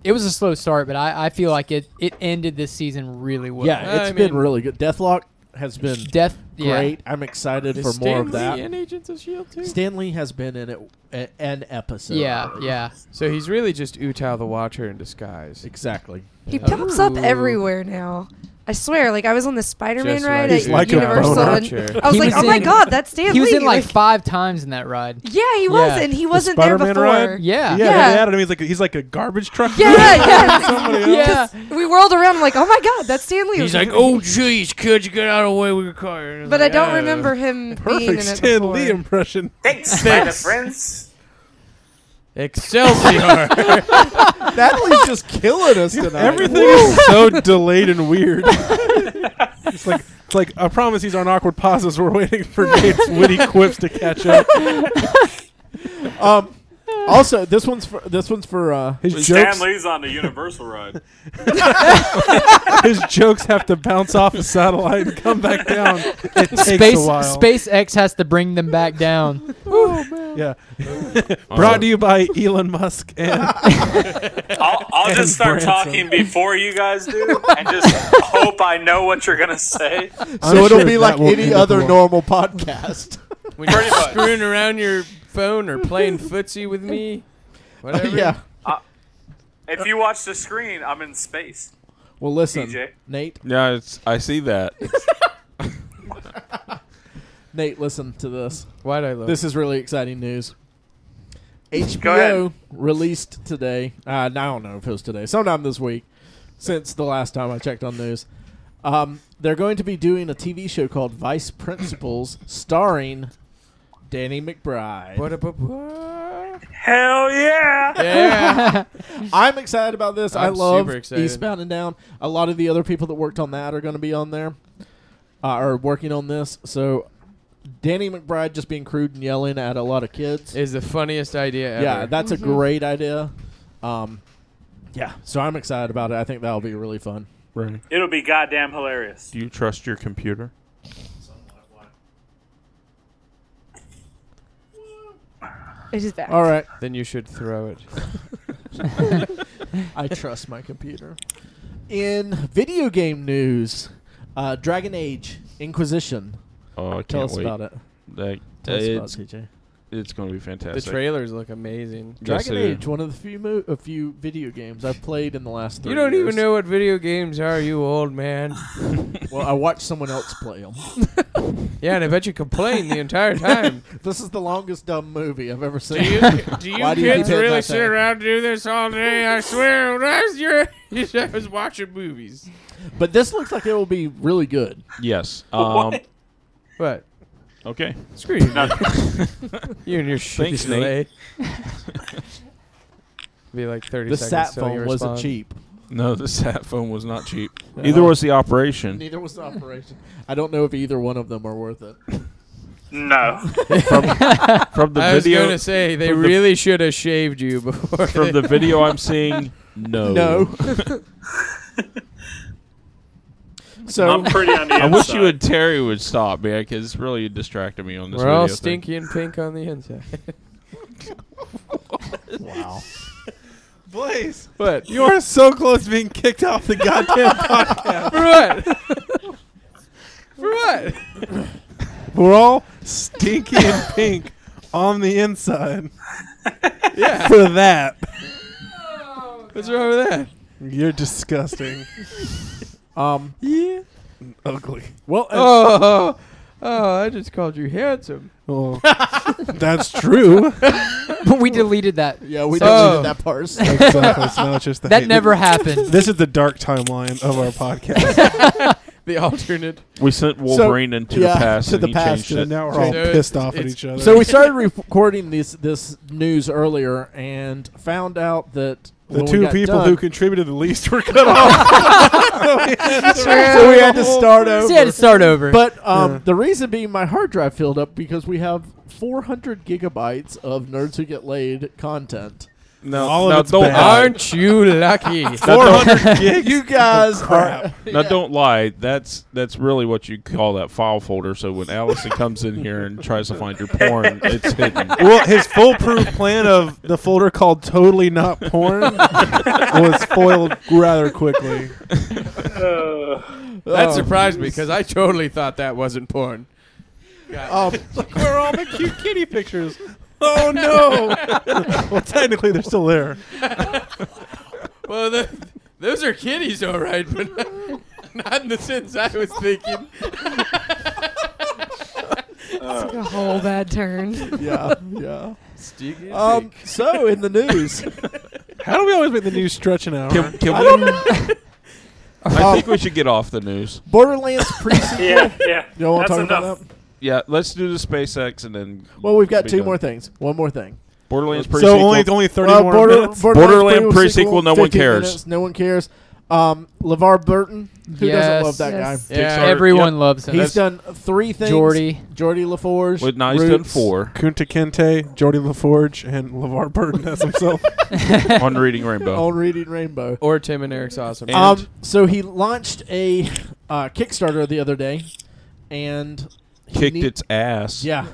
S7: it was a slow start, but I, I feel like it it ended this season really well.
S1: yeah,
S8: I
S1: it's been
S8: mean-
S1: really good. Deathlock has been
S7: Death. yeah.
S1: great. I'm excited
S8: Is
S1: for more
S8: Stan
S1: of
S8: Lee
S1: that.
S8: in Agents of Shield E too.
S1: Stanley has been in it a, an episode.
S7: Yeah,
S1: already.
S7: yeah.
S8: so he's really just Utah the Watcher in disguise.
S1: exactly.
S6: He pops up
S7: Ooh.
S6: everywhere now. I swear, like I was on the Spider-Man
S8: Just
S6: ride at
S8: like
S3: He's like a
S6: Universal.
S3: boner.
S6: and
S8: Archer.
S6: I was
S7: He
S6: like,
S7: was
S6: oh my
S7: in-
S6: god, that's Stan
S7: He was
S6: Lee.
S7: in like five times in
S1: [laughs]
S7: that ride.
S6: yeah, he was,
S7: Yeah.
S6: and he
S3: The
S6: wasn't there
S3: Spider-Man
S6: before.
S3: ride?
S7: Yeah.
S3: Yeah,
S6: Yeah.
S3: they added him. He's like he's like a garbage truck. [laughs]
S6: Yeah, yeah.
S7: Yeah.
S6: [laughs] We whirled around. I'm like, oh my god, that's Stan Lee.
S8: He's like, oh jeez, could you get out of the way with your car?
S6: But I don't remember him being in
S3: [laughs] Perfect
S6: it
S3: Stan
S6: before.
S3: Lee impression.
S5: [laughs] Thanks, Spider friends.
S8: Excelsior.
S7: [laughs]
S1: Natalie's just killing us tonight.
S3: Everything is so delayed and weird. it's like it's like I promise these aren't awkward pauses. We're waiting for Dave's witty quips to
S5: [laughs]
S3: catch up.
S1: Um, also, this one's for this one's for uh,
S3: His
S5: Stan
S3: jokes,
S5: Lee's on the Universal ride.
S3: his jokes have to bounce off a satellite and come back down. It takes
S7: Space
S3: a while.
S7: SpaceX has to bring
S1: [laughs]
S7: them back down.
S5: [laughs]
S3: Yeah. Brought to you by Elon Musk and
S5: I'll, I'll just start
S3: Branson.
S5: talking before you guys do, and just hope I know what you're gonna say.
S1: so it'll be like
S3: that will
S1: any
S3: end up
S1: other [laughs]
S3: well.
S1: normal podcast.
S8: [laughs] when you're screwing around your phone or playing footsie with me. Whatever.
S1: Oh, yeah.
S5: If you watch the screen, I'm in space.
S1: Well, listen,
S5: TJ.
S1: Nate.
S2: Yeah, it's, I see that.
S1: Nate, listen to this.
S8: Why'd I look?
S1: This is really exciting news.
S5: Go ahead.
S1: HBO released today. Uh, I don't know if it was today, sometime this week, since the last time I checked on news. Um, they're going to be doing a TV show called Vice Principals, starring Danny McBride.
S8: Ba-da-ba-ba. [laughs]
S5: Hell yeah!
S8: Yeah.
S1: I'm excited about this. i
S8: I'm
S1: love
S8: super excited.
S1: Eastbound and Down. A lot of the other people that worked on that are going to be on there, uh, are working on this. So, Danny McBride just being crude and yelling at a lot of kids.
S8: is the funniest idea ever.
S1: Yeah, that's a great idea. Um, yeah, so I'm excited about it. I think that'll be really fun.
S2: Ray,
S5: It'll be goddamn hilarious.
S2: do you trust your computer?
S6: It is back.
S1: All right,
S8: Then you should throw it.
S1: I trust my computer. In video game news, uh, Dragon Age Inquisition.
S2: Oh, I can't
S1: Tell us
S2: wait.
S1: about it.
S2: That-
S1: Tell us about
S2: it's
S1: it, TJ.
S2: it's going to be fantastic.
S8: The trailers look amazing.
S2: Yes,
S1: Dragon
S2: it is.
S1: Age, one of the few mo- a few video games I've played in the last. Three
S8: You don't even
S1: years.
S8: know what video games are, you old man.
S1: Well, I watched someone else play
S8: [laughs]
S1: them.
S8: Yeah, and I bet you complain the [laughs] entire time.
S1: this is the longest dumb movie I've ever seen.
S8: [laughs] do
S1: Why do you keep hitting that thing?
S8: around and do this all day? I swear, when I was your [laughs] age, I was watching movies.
S1: But this looks like it will be really
S8: [laughs]
S1: good.
S2: [laughs] Yes. Um,
S8: What?
S2: okay.
S8: Screw
S1: [laughs]
S8: you. you and your shitty
S2: Thanks,
S8: delay.
S2: [laughs]
S8: Be like thirty
S1: The sat
S8: seconds. till you
S1: phone wasn't
S8: respond.
S1: cheap.
S2: [laughs] No, the sat phone was not cheap. Neither was the operation.
S1: Neither [laughs] was the operation. I don't know if either one of them are worth
S8: [laughs]
S1: it.
S5: No.
S2: From the
S8: I was
S2: video,
S8: gonna say they
S2: from the-
S8: really should have shaved you
S2: [laughs]
S8: before.
S2: from the video
S8: [laughs]
S2: I'm seeing, no.
S1: No. so
S5: I'm pretty on the
S2: I wish you
S5: inside.
S2: would Terry would stop, man, because it's really distracted me on this.
S8: We're all
S2: video thing.
S8: stinky and pink on the inside.
S1: wow.
S3: Blaze,
S8: [laughs] What?
S3: you are so close to being kicked off the goddamn podcast.
S8: For what? [laughs] For what?
S3: We're all stinky and pink on the inside
S8: Yeah.
S3: for that.
S8: What's wrong with that?
S3: You're disgusting,
S1: Um.
S8: Yeah.
S3: ugly.
S1: Well. uh,
S8: [laughs] Oh, oh, I just called you handsome.
S3: Well, that's true.
S7: we deleted
S1: [laughs]
S7: that.
S1: yeah, we
S8: So-
S1: deleted that part. [laughs] so-
S3: Exactly. It's not just the
S7: That
S3: hate.
S7: never happened.
S3: [laughs] This is the dark timeline of our podcast.
S8: The alternate.
S2: [laughs] We sent Wolverine into
S1: yeah,
S2: the past
S1: to
S2: and
S1: the
S2: he
S1: past
S2: changed
S3: and
S2: it.
S3: now we're all
S8: So it's-
S3: pissed off at
S8: it's-
S3: each other.
S1: So we started recording this this news earlier and found out that
S3: the
S1: when we
S3: two
S1: got
S3: people
S1: done-
S3: who contributed the least were cut off.
S1: so we had to start
S7: So
S1: over.
S7: you had to start over.
S1: But um,
S3: Yeah.
S1: the reason being, my hard drive filled up because we have 400 gigabytes of Nerds Who Get Laid content.
S2: No,
S3: All of
S2: now
S3: it's
S2: don't
S3: bad.
S2: lie.
S8: Aren't
S2: [laughs]
S8: you lucky?
S2: Now don't-
S3: [laughs] 400 gigs.
S1: You guys are.
S3: Oh, crap.
S2: Now don't lie. That's that's really what you call that file folder. So when Allison comes in here and tries to find your porn, it's hidden.
S3: [laughs] well, his foolproof plan of the folder called "Totally Not [laughs] Porn" was foiled rather quickly.
S2: Oh.
S8: That surprised me because I totally thought that wasn't porn.
S2: Oh,
S1: Um,
S3: Oh, Look where are all the cute kitty pictures. Oh [laughs] no! well, technically they're still there.
S8: Well, the, those are kitties, all right, but [laughs] not, in the sense I was thinking.
S6: Took a whole bad turn.
S1: yeah, yeah. Um, so in the news,
S3: [laughs] How do we always make the news stretch an hour?
S2: Can, can we?
S1: [laughs] Um,
S2: I think we should get off the news.
S1: Borderlands
S2: [laughs]
S1: pre-sequel.
S5: yeah, yeah.
S1: You don't want to
S5: That's
S1: talk about
S5: enough.
S1: that?
S2: Yeah, let's do the SpaceX and then.
S1: Well, we've got
S2: be
S1: two
S2: done.
S1: more things. One more thing.
S2: Borderlands
S3: so
S2: pre sequel.
S3: only only thirty
S1: Uh,
S3: more
S1: Border-
S3: minutes.
S2: Borderland pre-sequel, no one
S1: 15
S2: cares.
S1: minutes, no one cares. Um, LeVar Burton, who doesn't
S7: Yes.
S1: love that
S6: Yes.
S1: guy?
S8: Yeah.
S7: Everyone loves him.
S1: He's done three things.
S7: Geordie.
S1: Jordy LaForge.
S2: With nice done
S1: Roots. [laughs]
S2: four
S3: Kunta Kinte, Jordy LaForge, and LeVar Burton as [laughs] himself.
S2: on Reading Rainbow.
S1: on Reading Rainbow.
S8: Or Tim and Eric's awesome.
S2: Oh, And-
S1: Um, so he launched a uh, Kickstarter the other day, and he
S2: Kicked
S1: need-
S2: its ass.
S1: Yeah,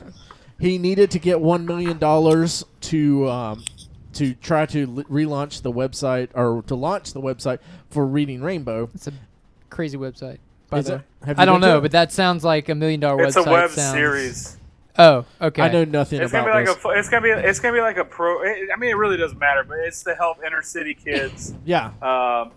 S1: he needed to get one million dollars to um, to try to l- relaunch the website or to launch the website for Reading Rainbow.
S7: It's a crazy website. By
S1: Is
S7: the
S1: it-
S7: way.
S1: have you
S7: I don't
S1: been to
S7: know,
S1: it?
S7: but that sounds like a million dollar
S5: It's a
S7: website.
S5: web
S7: sounds-
S5: series.
S7: Oh, okay.
S1: I know nothing
S5: It's
S1: about
S5: gonna be like
S1: this.
S5: a. fu- It's gonna be. It's gonna be like a pro. It, I mean, it really doesn't matter, but it's to help inner city kids.
S1: yeah,
S5: Um,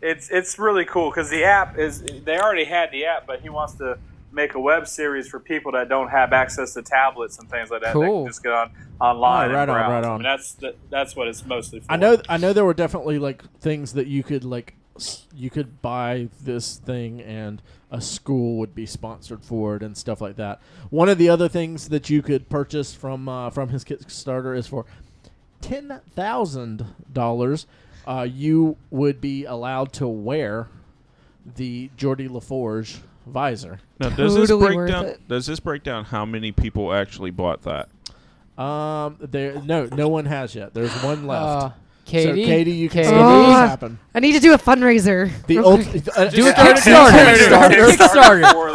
S5: it's it's really cool because the app is. They already had the app, but he wants to make a web series for people that don't have access to tablets and things like that. They
S7: Cool.
S5: can just get on online.
S1: Oh, right
S5: and
S1: on,
S5: browse.
S1: right
S5: I mean,
S1: on.
S5: that's the, that's what it's mostly for.
S1: I
S5: [laughs]
S1: know. I know there were definitely like things that you could like. s- You could buy this thing, and a school would be sponsored for it, and stuff like that. One of the other things that you could purchase from uh, from his Kickstarter is for ten thousand dollars. Uh, you would be allowed to wear the Geordie LaForge visor.
S2: Now, does this
S6: Totally
S2: break
S6: worth
S2: down?
S6: it.
S2: Does this break down how many people actually bought
S6: [laughs]
S2: that?
S1: Um, there, no, no one has yet. There's one left.
S7: Uh, Katie,
S1: so Katie, you can
S7: Katie,
S1: see
S6: Oh.
S1: this happen.
S6: I need to do a fundraiser.
S1: The
S6: real
S1: ult- [laughs]
S6: quick.
S1: uh,
S5: Just
S7: a Kickstarter.
S5: Kickstarter.
S7: Kickstarter. Kickstarter.
S5: for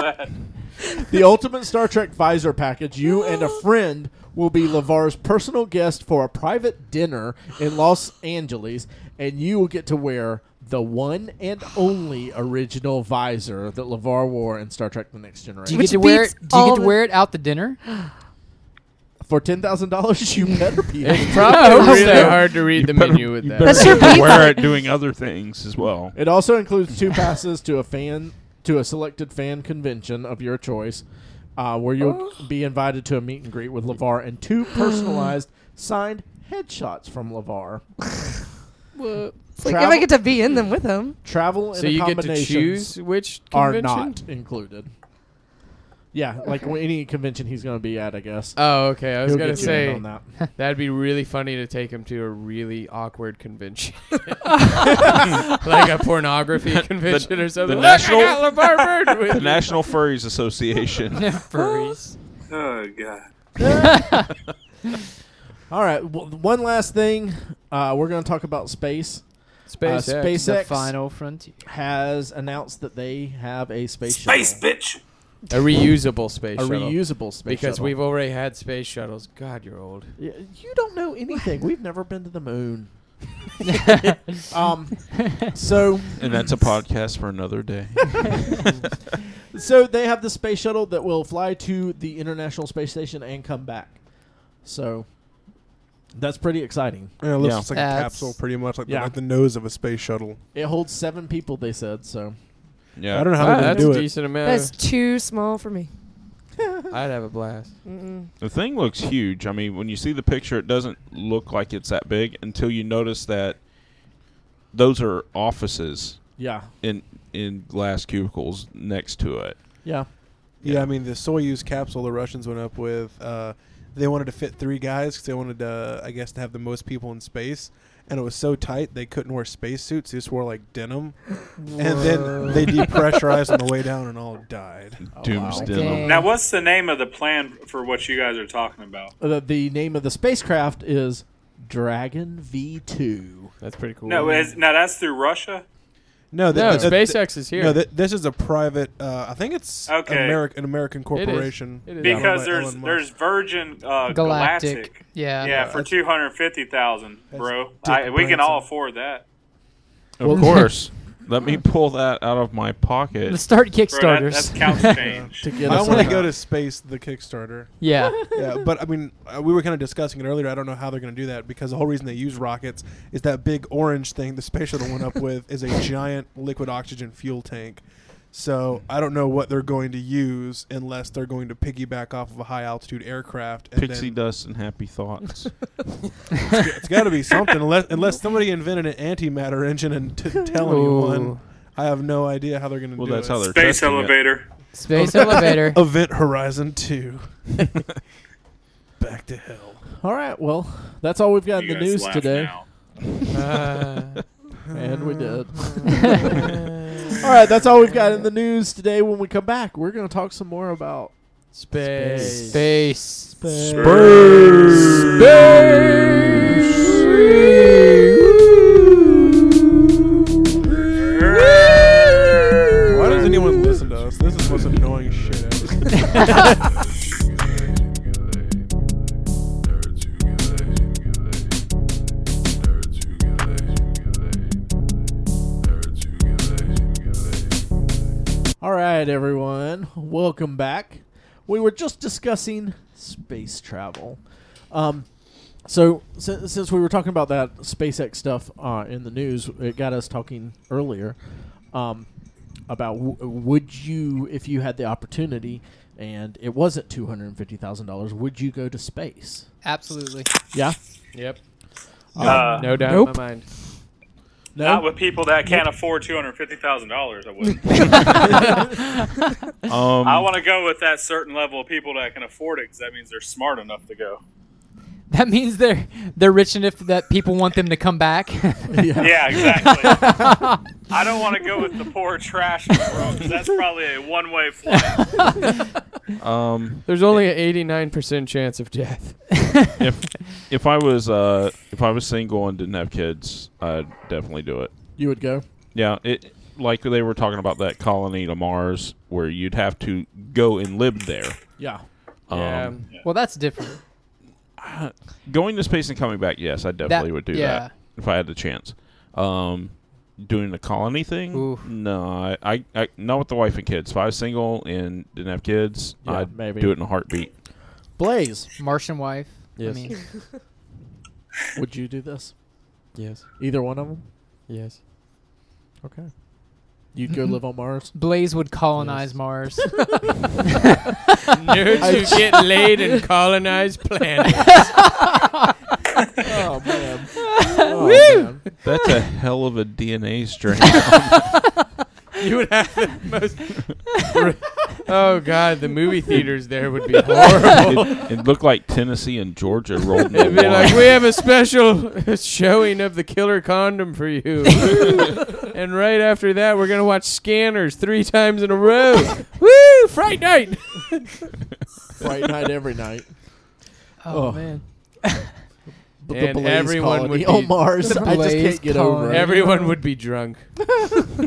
S5: that.
S1: The ultimate Star Trek visor package. You and a friend will be Lavar's personal guest for a private dinner in Los Angeles, and you will get to wear the one and only original visor that Lavar wore in Star Trek: The Next
S7: do you
S1: Generation.
S6: Which
S7: get to wear
S6: beats
S7: it? Do you
S6: all
S7: get to
S6: the-
S7: wear it out
S1: [gasps]
S7: the dinner?
S1: For ten thousand dollars, you better be.
S8: It's
S7: hope
S8: probably really
S7: so.
S8: hard to read the menu with that.
S6: That's your beat.
S2: Wear it doing other things
S1: [laughs]
S2: as well.
S1: It also includes two passes to a fan to a selected fan convention of your choice, uh, where you'll
S6: Oh.
S1: be invited to a meet and greet with Lavar and
S6: [gasps]
S1: two personalized signed headshots from
S6: [laughs]
S1: Lavar.
S6: It's like if I
S1: Travel-
S6: get to be in them with him.
S1: Travel
S8: so
S1: and
S8: you get to
S1: accommodations
S8: choose which
S1: are
S8: convention?
S1: not included. Yeah, like any convention he's going to be at, I guess.
S8: Oh, okay. I was
S1: He'll
S8: gonna
S1: get you in
S8: say
S1: on that.
S8: that'd be really funny to take him to a really
S1: [laughs]
S8: awkward convention, [laughs] like a pornography
S1: [laughs]
S8: convention or something. Look, I
S2: national-
S8: got LeVar Burton [laughs] with
S2: The
S8: me.
S2: National Furries
S1: [laughs]
S2: Association.
S7: Furries.
S5: Oh god.
S1: [laughs]
S8: [laughs]
S1: All right, well, one last thing. Uh, we're going to talk about space.
S8: SpaceX.
S1: Uh, SpaceX
S7: The
S1: [laughs]
S7: final frontier. [laughs]
S1: has announced that they have a space shuttle.
S5: Space bitch.
S8: a reusable space
S1: a
S8: shuttle.
S1: reusable space
S8: because
S1: shuttle.
S8: we've already had space shuttles. God, you're old.
S1: Y- You don't know anything. We've never been to the
S8: [laughs]
S1: moon. um, so,
S2: and that's a podcast for
S1: [laughs]
S2: another day.
S1: so they have the space shuttle that will fly to the International Space Station and come back. So, that's pretty exciting.
S3: Yeah, it looks
S2: Yeah.
S3: just like a
S7: That's-
S3: capsule, pretty much like, the,
S1: Yeah.
S3: like the nose of a space shuttle.
S1: It holds seven people, they said. So,
S2: Yeah.
S3: I don't know how
S8: Ah,
S3: they're
S8: that's
S3: gonna
S8: a
S3: do it.
S8: decent amount.
S6: That's too small for me.
S8: I'd have a blast.
S6: Mm-mm.
S2: The thing looks huge. I mean, when you see the picture, it doesn't look like it's that big until you notice that those are offices
S1: yeah,
S2: in in glass cubicles next to it.
S1: yeah,
S3: Yeah. I mean the Soyuz capsule the Russians went up with. Uh, they wanted to fit three guys because they wanted, uh, I guess, to have the most people in space. And it was so tight they couldn't wear spacesuits; they just wore like
S8: [laughs]
S3: denim. And then they depressurized on the way down and
S8: [laughs]
S3: all died.
S2: Doomsday.
S5: Now, what's the name of the plan for what you guys are talking about?
S1: Uh, The, the name of the spacecraft is Dragon V two.
S8: That's pretty cool.
S5: No, is, now that's through Russia.
S3: No, th-
S8: no,
S3: th- th-
S8: SpaceX is here.
S3: No, th- this is a private. Uh, I think it's
S5: Okay.
S3: Ameri- an American
S8: is.
S3: corporation.
S8: It is.
S3: owned by
S5: Because there's
S3: Elon Musk.
S5: there's Virgin uh, Galactic.
S7: Galactic. Yeah.
S5: Yeah, for
S3: that's-
S5: two hundred fifty thousand,
S3: That's
S5: bro.
S3: Dick
S5: I, we can
S3: Branson.
S5: all afford that.
S2: Of course. Let me pull that out of my pocket.
S7: Let's start
S5: Bro, that-
S7: Kickstarters.
S5: that's
S1: [laughs]
S7: [laughs]
S5: couch change.
S1: To get
S3: I
S1: us
S3: want
S1: on
S3: to go
S1: that.
S3: to space the Kickstarter.
S7: yeah.
S6: [laughs]
S3: yeah, but I mean, uh, we were kind of discussing it earlier. I don't know how they're going to do that because the whole reason they use rockets is that big orange thing the space shuttle went up with is a giant liquid oxygen fuel tank. So I don't know what they're going to use unless they're going to piggyback off of a high altitude aircraft. And
S2: Pixie
S3: then
S2: dust and happy thoughts.
S3: it's got to be something unless unless somebody invented an antimatter engine and didn't tell anyone.
S7: Ooh.
S3: I have no idea how they're going to
S2: Well,
S3: do
S2: that's
S3: it.
S2: how they're
S5: Space
S2: testing it.
S5: elevator.
S7: Space
S2: [laughs] Oh.
S7: elevator.
S3: Event Horizon Two. Back to hell.
S1: All right, well, that's all we've got
S5: You
S1: in the
S5: guys
S1: news
S5: laugh
S1: today,
S5: now.
S1: and we
S8: [laughs]
S1: did. all right, that's all we've got in the news today. When we come back, we're going to talk some more about
S8: space.
S7: Space.
S1: Uh,
S3: Why does anyone listen to us? This is the most annoying shit ever.
S1: All right, everyone, welcome back. we were just discussing space travel. Um, so since, since we were talking about that SpaceX stuff uh, in the news, it got us talking earlier um, about w- would you, if you had the opportunity, and it wasn't two hundred and fifty thousand dollars, would you go to space?
S7: Absolutely.
S1: Yeah.
S8: Yep.
S5: Uh,
S8: No doubt
S1: Nope.
S8: in my mind.
S1: No.
S5: Not with people that can't afford two hundred fifty thousand dollars. I
S2: [laughs]
S5: would.
S2: Um,
S5: I want to go with that certain level of people that can afford it because that means they're smart enough to go.
S7: That means they're they're rich enough that people want them to come back.
S5: [laughs] Yeah,
S7: [laughs]
S5: exactly. I don't want to go with the poor trash in the room 'cause that's probably a one-way
S1: [laughs]
S5: flight.
S2: um,
S8: There's only an 89% chance of death.
S2: if if I was uh, if I was single and didn't have kids, I'd definitely do it.
S1: You would go.
S2: Yeah, it like they were talking about that colony to Mars where you'd have to go and live there.
S1: Yeah.
S2: Um,
S8: yeah.
S7: [laughs] well, that's different.
S2: Going to space and coming back, yes, I definitely would do
S7: yeah.
S2: that if I had the chance. Um, doing the colony thing,
S7: Oof.
S2: no, I, I, I, not with the wife and kids. If I was single and didn't have kids,
S1: Yeah,
S2: I'd
S1: maybe.
S2: do it in a heartbeat.
S1: Blaze,
S7: Martian wife.
S8: Yes.
S7: I mean,
S1: would you do this?
S8: Yes.
S1: Either one of them?
S8: Yes.
S1: Okay. You'd go live on Mars.
S7: [laughs] Blaze would
S2: [laughs]
S7: colonize Mars.
S8: [laughs] Nerds who get laid and colonize planets.
S1: oh man. Oh, man.
S2: That's [laughs] a hell of a DNA [laughs] strain.
S8: You would have the most. [laughs] oh God, the movie theaters there would [laughs] be horrible.
S2: it, it looked like Tennessee and Georgia
S8: [laughs]
S2: rolled into
S8: It'd be
S2: one.
S8: like, we have a special [laughs] showing of the killer condom for [laughs] you, and right after that, we're gonna watch Scanners three times in a row. [laughs] Woo! Fright night.
S1: Fright night every night.
S7: oh,
S1: Oh.
S7: man.
S1: But
S8: And everyone would be-
S1: on Mars.
S7: The
S1: I just
S7: Blaze
S1: can't get over
S7: colony.
S1: it.
S8: Everyone would be drunk.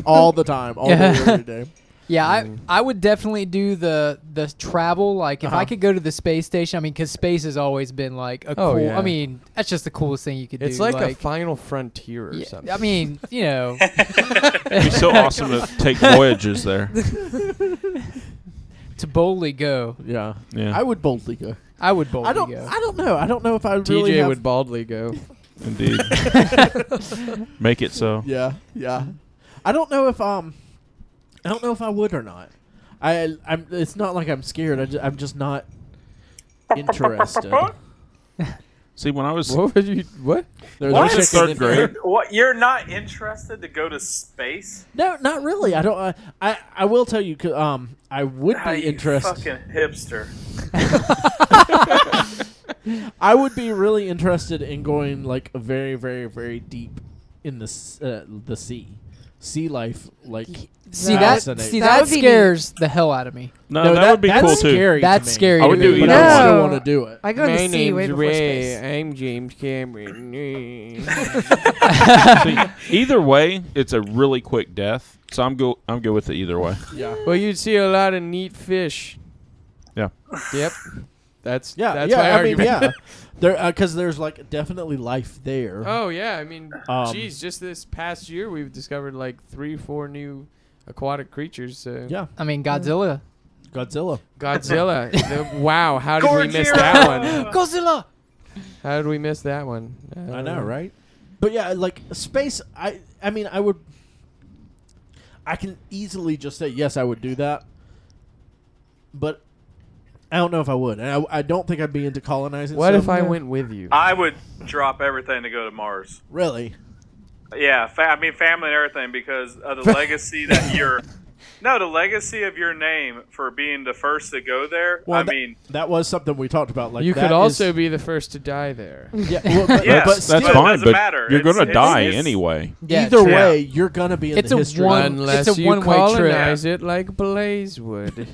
S1: all the time, all
S7: Yeah.
S1: day, every day.
S7: Yeah, I,
S8: Mm.
S7: I would definitely do the the travel. Like, if
S1: Uh-huh.
S7: I could go to the space station, I mean, because space has always been like a
S8: Oh,
S7: cool.
S8: yeah.
S7: I mean, that's just the coolest thing you could
S8: It's
S7: do.
S8: like, a final frontier or
S7: yeah,
S8: something.
S7: I mean, you
S2: [laughs]
S7: know,
S2: It'd be
S8: [laughs]
S7: [laughs]
S2: so awesome to take voyages there.
S7: to boldly go,
S1: Yeah.
S2: Yeah,
S1: I would boldly go.
S7: I would boldly
S1: I don't.
S7: go.
S1: I don't know. I don't know if I would
S8: TJ
S1: really have-
S8: would baldly go.
S2: indeed. Make it so.
S1: Yeah, yeah. I don't know if um, I don't know if I would or not. I I'm. It's not like I'm scared. I ju- I'm just not interested.
S2: See, when I was
S8: What would you? What?
S1: There's
S5: What?
S1: chicken
S2: Third
S1: in-
S2: grade.
S5: What? You're not interested to go to space?
S1: No, not really. I don't. I I, I will tell you. 'cause, Um, I would
S5: Ah,
S1: be
S5: you
S1: interested.
S5: Fucking hipster.
S1: I would be really interested in going like very, very, very deep in the s- uh, the sea, sea life. Like
S7: see that.
S6: That-
S1: fascinates-
S6: that
S7: See that,
S6: would be neat.
S7: scares the hell out of me.
S2: no,
S1: No,
S2: that, would be
S1: that's
S2: cool too.
S1: Scary to
S7: That's
S1: me.
S7: scary.
S2: I would
S7: to
S2: do
S7: me,
S2: either
S7: but I
S1: I
S2: one.
S1: still
S6: No.
S1: want to do it.
S6: I go to the sea way before
S8: Ray.
S6: space.
S8: I'm James Cameron. [laughs]
S2: See, either way, it's a really quick death. So I'm go I'm good with it either way. [laughs]
S1: Yeah.
S8: well, you'd see a lot of neat fish.
S2: Yeah.
S8: Yep. That's
S1: Yeah,
S8: That's
S1: yeah.
S8: my
S1: I
S8: argument.
S1: mean, yeah, there because there's like definitely life there.
S8: [laughs] Oh yeah, I mean,
S1: Um,
S8: geez, just this past year we've discovered like three, four new aquatic creatures. So
S1: Yeah,
S7: I mean, Godzilla.
S1: Godzilla. [laughs]
S8: Godzilla. the- wow, how did we miss
S5: Gorgira!
S8: that one?
S7: Godzilla.
S8: How did we miss that one? Uh, don't
S1: I know, right? But yeah, like space. I I mean, I would. I can easily just say yes, I would do that. But I don't know if I would, and I, I don't think I'd be into colonizing.
S8: What
S1: stuff.
S8: if I went with you?
S5: [laughs] I would drop everything to go to Mars.
S1: Really?
S5: Yeah, fa- I mean family and everything because of the legacy
S8: [laughs]
S5: that you're. No, the legacy of your name for being the first to go there.
S1: Well,
S5: I
S1: that-
S5: mean,
S1: That was something we talked about. Like
S8: you
S1: that
S8: could
S1: is-
S8: also be the first to die there.
S1: [laughs] yeah, well, but,
S5: Yes,
S1: but
S2: That's
S1: still,
S5: it
S2: fine,
S5: doesn't
S2: but
S5: matter.
S2: you're
S5: It's-
S2: gonna
S5: it's-
S2: die
S5: it's-
S2: anyway.
S7: Yeah,
S1: either
S7: [laughs] it's-
S1: way, you're gonna be in
S7: It's
S1: the
S7: a
S1: history.
S7: one-
S8: Unless
S7: it's a
S8: you
S7: one-way trip.
S8: colonize it like Blaze would.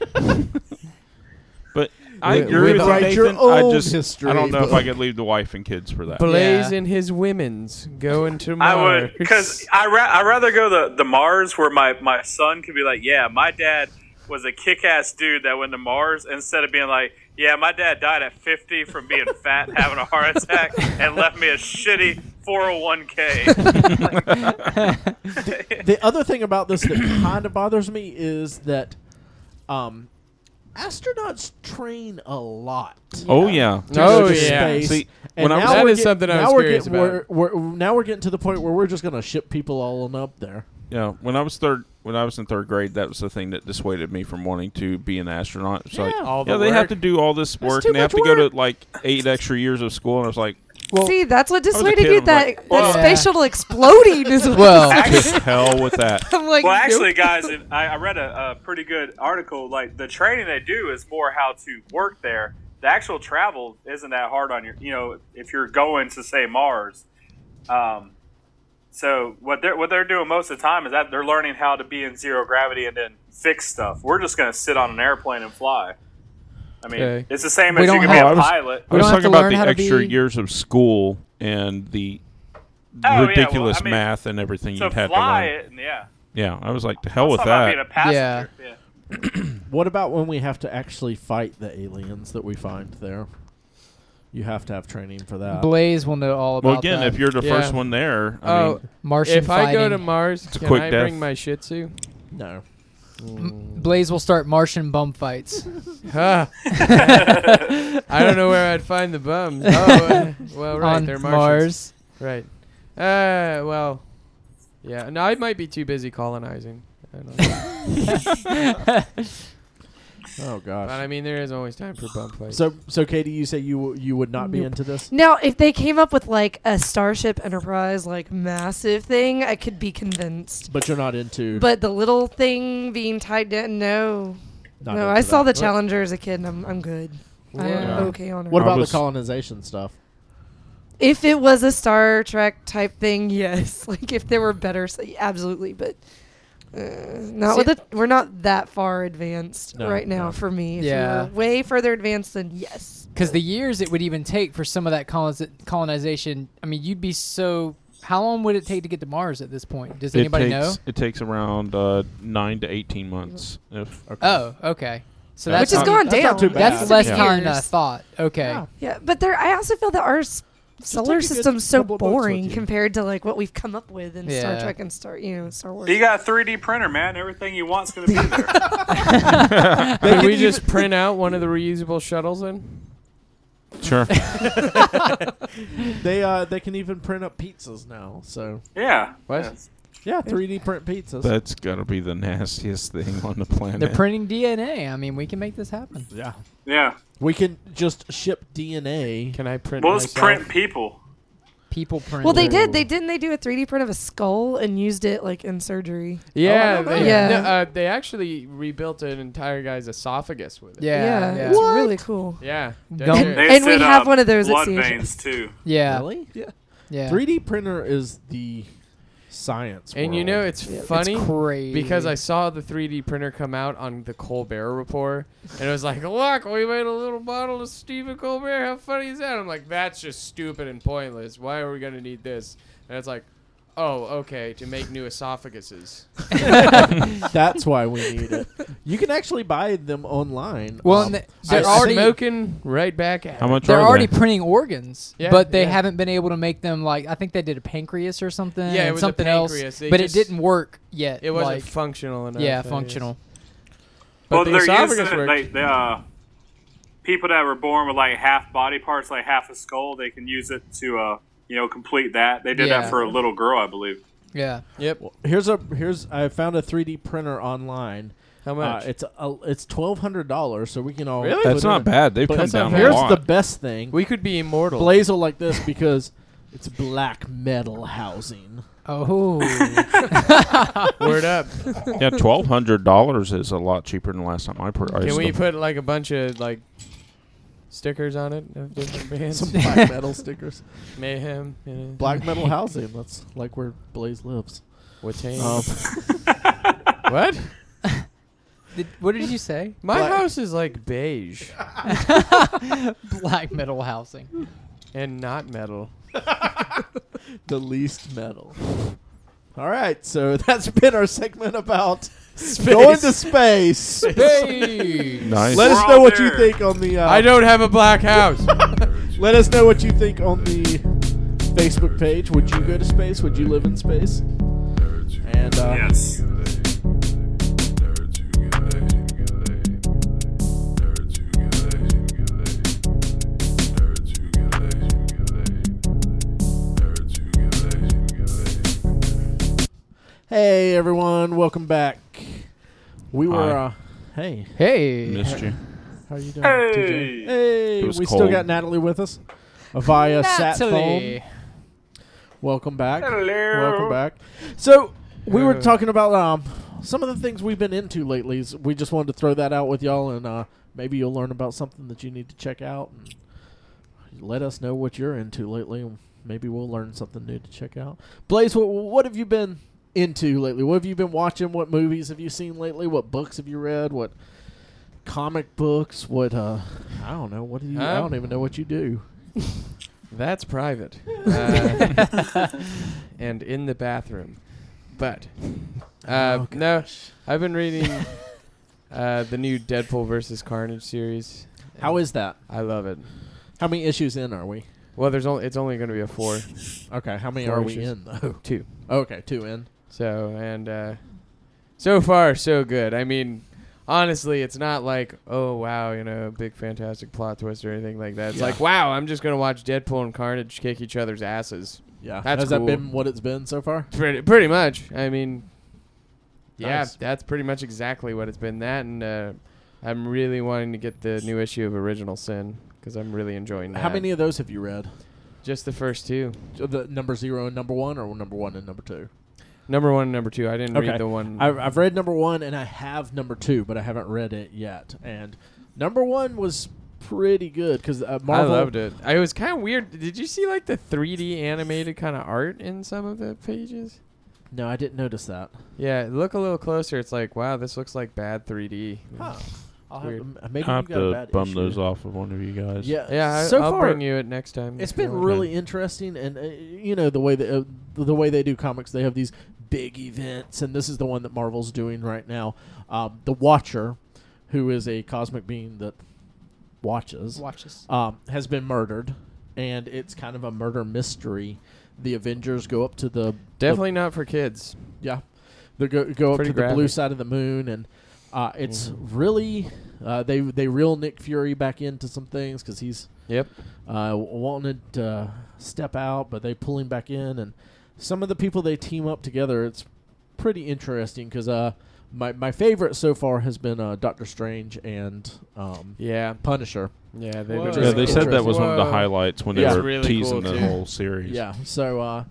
S2: But I
S8: Wi-
S2: agree with
S8: without
S2: Nathan.
S1: your
S2: I
S1: own
S2: just
S1: history,
S2: I don't know if I
S1: but-
S2: could leave the wife and kids for that.
S8: Blaze
S7: Yeah.
S8: and his women's going to
S5: I
S8: Mars.
S5: would because I ra- I rather go the the Mars where my my son could be like, yeah, my dad was a kick ass dude that went to Mars instead of being like, yeah, my dad died at fifty from being fat, and having a heart attack, and left me a shitty four hundred one
S8: [laughs]
S5: k.
S1: [coughs] the other thing about this that kind of bothers me is that um, astronauts train a lot.
S2: Oh yeah.
S1: to
S8: Oh,
S1: go to
S8: yeah.
S1: space.
S2: See,
S1: and
S2: when I was-
S1: now
S8: That
S1: we're
S8: is
S1: get-
S8: something I
S1: now
S8: was
S1: we're
S8: curious
S1: getting,
S8: about.
S1: We're, we're, now we're getting to the point where we're just gonna ship people all on up there.
S2: Yeah. When I was third, when I was in third grade, that was the thing that dissuaded me from wanting to be an astronaut. It's like,
S1: Yeah.
S2: yeah,
S1: All
S8: the
S2: they have
S8: work.
S2: to do all this work,
S1: too
S2: and they have
S1: much
S2: to go
S1: work.
S2: to like eight extra years of school. And I
S1: [laughs]
S2: was like,
S6: See, that's what
S2: a
S6: dissuaded
S2: kid,
S6: you.
S2: I'm
S6: That
S2: like,
S6: that
S5: well-
S6: space
S1: [laughs]
S6: shuttle exploding
S8: [laughs]
S6: is what
S7: Well,
S2: to
S5: Actually,
S2: hell with that.
S6: I'm like.
S5: well,
S6: nope.
S5: actually, guys,
S7: [laughs]
S5: it, I, I read a, a pretty good article. Like the training they do is more how to work there. The actual travel isn't that hard on your, you know, if you're going to say Mars. Um, so what they're what they're doing most of the time is that they're learning how to be in zero gravity and then fix stuff. We're just gonna sit on an airplane and fly. I mean,
S8: Okay.
S5: it's the same
S7: We
S5: as you
S7: don't
S5: can
S2: have-
S5: be
S2: I
S5: a
S2: was-
S5: pilot.
S2: I
S7: We
S2: was
S7: don't have
S2: talking
S7: to
S2: about
S7: learn
S2: the
S7: how to
S2: extra
S7: be-
S2: years of school and the
S5: Oh, yeah, well,
S2: ridiculous
S5: I mean,
S2: math and everything
S5: So
S2: you'd have to
S5: fly
S2: learn.
S5: it, and yeah.
S2: Yeah, I was like, to hell
S5: Talk
S2: with
S5: about being a
S2: that.
S5: passenger. yeah.
S1: What about when we have to actually fight the aliens that we find there? You have to have training for that.
S7: Blaze will know all about
S2: Well, again,
S7: that.
S2: if you're the
S8: Yeah.
S2: first one there, I
S8: Oh,
S2: mean,
S7: Martian
S8: if I
S7: fighting,
S8: go to Mars,
S2: a
S8: can
S2: quick
S8: I
S2: death.
S8: bring my Shih Tzu?
S1: no.
S7: Blaze will start Martian bum fights.
S8: Huh.
S7: [laughs]
S8: I don't know where I'd find the bums. Oh, uh, well, right,
S7: on
S8: they're Martians.
S7: Mars.
S8: Right. Uh, well, yeah. No, I might be too busy colonizing. I don't know. [laughs]
S7: [laughs]
S1: Oh
S8: but I
S1: gosh.
S8: mean, there is always time for bum fights.
S1: So so Katie, you say you w- you would not be into this?
S6: Now, if they came up with like a Starship Enterprise, like massive thing, I could be convinced.
S1: But you're not into
S6: But the little thing being tied down, no,
S1: not
S6: no.
S1: into
S6: I saw
S1: that.
S6: the Challenger as a kid, and I'm I'm good. I'm
S8: Yeah.
S6: okay on it.
S1: What
S2: I
S1: about
S2: was-
S1: the colonization stuff?
S6: if it was a Star Trek type thing? [laughs] Yes, like if there were better, s- absolutely. But uh, not
S7: See-
S6: with it. We're not that far advanced
S1: No,
S6: right now
S1: no.
S6: for me. If
S7: Yeah.
S6: we were way further advanced, then yes.
S7: Because the years it would even take for some of that coloniz- colonization, I mean, you'd be so. How long would it take to get to Mars at this point? Does
S2: it
S7: anybody
S2: takes
S7: know?
S2: it takes around uh, nine to eighteen months. If
S7: Oh, okay. So
S2: Which
S6: Which
S7: that's
S6: is
S2: not-
S6: gone
S1: that's
S6: down.
S1: not too bad.
S7: That's
S1: Yeah.
S7: less
S2: Yeah.
S7: time than I
S6: Years.
S7: thought. Okay.
S1: Yeah.
S6: Yeah, but there. I also feel that our s-
S1: take a
S6: solar
S1: good
S6: system's so
S1: couple of books with
S6: boring
S1: you.
S6: compared to like what we've come up with in Star
S7: Yeah.
S6: Trek and Star, you know, Star Wars.
S5: [laughs] You got a 3D printer, man. Everything you want's gonna be there.
S8: Could we just print out one of the reusable shuttles then?
S2: [laughs] sure,
S1: They uh they can even print up pizzas now. So
S5: Yeah.
S8: What?
S5: Yes.
S1: yeah, 3D print pizzas.
S2: [laughs] that's gotta be the nastiest thing on the planet.
S7: They're printing DNA. I mean, we can make this happen.
S1: yeah.
S5: Yeah.
S1: We can just ship DNA.
S8: Can I print?
S5: We'll just
S8: myself?
S5: print people.
S7: People print.
S6: well, they
S7: their-
S6: did. They didn't. They do a 3D print of a skull and used it like in surgery.
S8: Yeah,
S1: Oh, I don't
S8: they,
S6: know.
S8: no,
S6: Yeah.
S8: uh, they actually rebuilt an entire guy's esophagus with it.
S7: Yeah.
S6: it's
S7: Yeah.
S6: really cool.
S8: Yeah. dead
S7: Don't-
S8: serious.
S5: They
S6: And we
S5: said,
S6: have
S5: uh,
S6: one of those at
S5: blood
S6: CHS.
S5: veins too.
S7: Yeah.
S1: Really? Yeah.
S7: yeah.
S1: 3D printer is the science.
S8: And you
S1: world.
S8: know it's
S7: It's
S8: funny
S7: crazy.
S8: because I saw the 3D printer come out on the Colbert Report, and it was like, "Look, we made a little bottle of Stephen Colbert. How funny is that?" I'm like, "That's just stupid and pointless. Why are we gonna need this?" And it's like, "Oh, okay, to make new esophaguses."
S1: [laughs] that's why we need it. You can actually buy them online.
S7: Well,
S1: um,
S7: and th-
S1: I-
S7: they're
S1: I
S7: already
S1: think-
S8: smoking right back at.
S2: How much
S7: They're
S2: are
S7: already
S2: they?
S7: printing organs,
S8: Yeah,
S7: but they
S8: yeah.
S7: haven't been able to make them like I think they did a pancreas or something.
S8: Yeah, it
S7: and
S8: was a
S7: something
S8: pancreas.
S7: else,
S8: They
S7: but
S8: just-
S7: it didn't work yet.
S8: It wasn't
S7: like,
S8: functional enough. I
S7: yeah,
S8: guess.
S7: functional.
S8: But
S5: Well,
S8: the
S5: they're using
S8: esophagus
S5: it.
S8: worked.
S5: They, they, uh, people that were born with like half body parts, like half a skull, they can use it to uh, you know complete that. They did
S7: Yeah.
S5: that for a little girl, I believe.
S7: Yeah,
S8: yep.
S1: Here's a here's I found a 3D printer online.
S8: How
S1: Uh,
S8: much?
S1: it's a, it's twelve hundred dollars, so we can all
S8: Really?
S1: put
S2: That's
S1: in
S2: not
S1: a-
S2: bad. They've
S1: but
S2: come
S8: That's not
S2: down a
S8: bad.
S1: Here's
S2: lot.
S1: the best thing. [laughs]
S8: we could be immortal.
S1: Blaze will like this because it's black metal housing.
S7: Oh,
S8: [laughs] Word up.
S2: yeah, twelve hundred dollars is a lot cheaper than last time I purchased.
S8: Can we
S2: them.
S8: put like a bunch of like stickers on it
S1: [laughs]
S8: of different
S1: Some
S8: bands?
S1: black metal stickers.
S8: [laughs] Mayhem. You know.
S1: Black metal housing. That's like where Blaze lives.
S8: What's
S1: Um,
S8: [laughs] What?
S7: [laughs] Did- what did you say?
S8: My
S1: Black-
S8: house is like beige
S7: [laughs] Black metal housing.
S8: and
S1: [laughs]
S8: not metal.
S1: the least metal. All right, so [laughs] that's been our segment
S8: [laughs]
S1: about going to space.
S8: Beige.
S2: [laughs] nice.
S1: Let
S5: We're
S1: us
S5: all
S1: know what you
S5: there.
S1: think on the. Uh,
S8: [laughs] I don't have a black house. [laughs]
S1: Let us know what you think on the Facebook page. Would you go to space? Would you live in space? And uh,
S5: Yes.
S9: Never to get laid.
S1: Hey everyone, welcome back. We were
S2: Hi.
S1: uh, hey,
S7: Hey. [laughs]
S2: Missed you.
S1: how are you doing? TJ?
S5: Hey,
S1: Hey,
S2: It was
S1: we still
S2: cold.
S1: got Natalie with us via sat phone.
S7: Natalie.
S1: Welcome back.
S5: Hello.
S1: Welcome back. So we were
S8: Uh.
S1: talking about um, some of the things we've been into lately. is We just wanted to throw that out with y'all, and uh, maybe you'll learn about something that you need to check out. And let us know what you're into lately, and maybe we'll learn something new to check out. Blaze, what, what have you been into lately? What have you been watching? What movies have you seen lately? What books have you read? What comic books? What uh, I don't know. What do you? I
S8: Um,
S1: don't even know what you do.
S8: That's private. Uh, and in the bathroom.
S1: [laughs]
S8: But
S1: Oh,
S8: uh, no, I've been reading uh, the new Deadpool versus Carnage series.
S1: How is that?
S8: I love it.
S1: How many issues in are we?
S8: Well, there's only it's only going to be a four,
S1: Okay, how many
S8: Four
S1: are we
S8: issues.
S1: in though?
S8: two.
S1: Okay, two in.
S8: So and uh, so far so good. I mean, honestly, it's not like oh wow, you know, big fantastic plot twist or anything like that. It's
S1: Yeah.
S8: like wow, I'm just going to watch Deadpool and Carnage kick each other's asses.
S1: Yeah,
S8: That's
S1: has that
S8: cool.
S1: been what it's been so far?
S8: Pretty, pretty much. I mean, yeah,
S1: Nice.
S8: that's pretty much exactly what it's been. That and uh, I'm really wanting to get the new issue of Original Sin because I'm really enjoying that.
S1: How many of those have you read?
S8: Just the first two.
S1: The number zero and number one, or number one and number two?
S8: Number one and number two. I didn't
S1: Okay.
S8: read the one.
S1: I've, I've read number one and I have number two, but I haven't read it yet. And number one was pretty good because uh, Marvel.
S8: I loved it. I, it was kind of weird. Did you see like the 3D animated kind of art in some of the pages?
S1: No, I didn't notice that.
S8: Yeah, look a little closer. It's like, wow, this looks like bad 3D.
S1: Huh. I'll have,
S8: Weird.
S1: m- maybe
S2: I
S1: you
S2: have
S1: got a
S2: to
S1: bad
S2: bum
S1: issue.
S2: those off of one of you guys.
S1: Yeah,
S8: Yeah, I,
S1: so
S8: I'll
S1: far
S8: bring you it next time.
S1: It's
S8: if you
S1: been
S8: want.
S1: really interesting, and uh, you know the way that uh, the way they do comics, they have these big events, and this is the one that Marvel's doing right now. Um, the Watcher, who is a cosmic being that watches,
S7: [laughs] Watch this.
S1: um, has been murdered, and it's kind of a murder mystery. The Avengers go up to the
S8: Definitely not for kids.
S1: yeah, they go go up
S8: Pretty
S1: to the blue
S8: graphic. Mm-hmm.
S1: side of the moon, and uh, it's really uh, they they reel Nick Fury back into some things because he's
S8: Yep.
S1: uh, w- wanted to uh, step out, but they pull him back in. And some of the people they team up together, it's pretty interesting because uh, my my favorite so far has been uh, Doctor Strange and um,
S8: Yeah.
S1: Punisher.
S8: Yeah. They
S4: Whoa.
S8: were
S2: Yeah,
S8: really
S2: they said that was one of the
S4: Whoa.
S2: highlights when they
S1: Yeah.
S2: were
S8: Really
S2: teasing
S8: cool,
S2: the
S8: too.
S2: whole series.
S1: Yeah, so uh,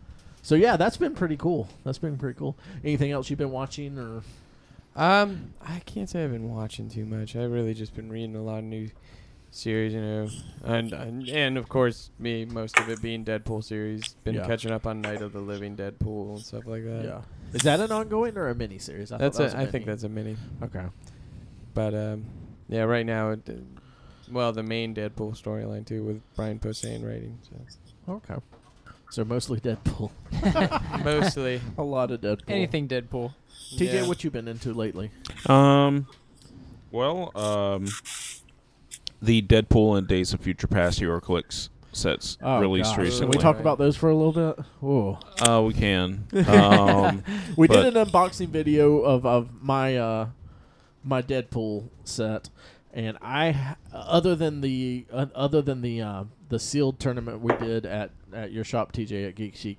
S1: so yeah, that's been pretty cool. That's been pretty cool. Anything else you've been watching or
S8: Um, I can't say I've been watching too much. I've really just been reading a lot of new series, you know, and and, and of course me, most of it being Deadpool series. Been
S1: Yeah.
S8: catching up on Night of the Living Deadpool and stuff like that.
S1: yeah, is that an ongoing or a mini series? I
S8: that's
S1: thought
S8: a,
S1: that
S8: I think
S1: mini.
S8: that's a mini.
S1: okay.
S8: But um, yeah, right now, it, uh, well, the main Deadpool storyline too with Brian Posehn writing.
S6: [laughs]
S8: So.
S1: Okay, so mostly Deadpool. [laughs]
S8: Mostly.
S6: [laughs]
S1: A lot of Deadpool.
S7: Anything Deadpool.
S1: TJ,
S8: Yeah.
S1: what you been into lately?
S2: Um. Well, um, the Deadpool and Days of Future Past Hero Clicks sets
S1: Oh,
S2: released
S1: gosh.
S2: recently.
S1: Can we talk about those for a little bit? Whoa.
S2: Uh, we
S1: [laughs]
S2: can. Um,
S1: We
S2: But-
S1: did an unboxing video of, of my uh, my Deadpool set, and I other than the uh, other than the uh, the sealed tournament we did at, at your shop TJ at Geek Chic,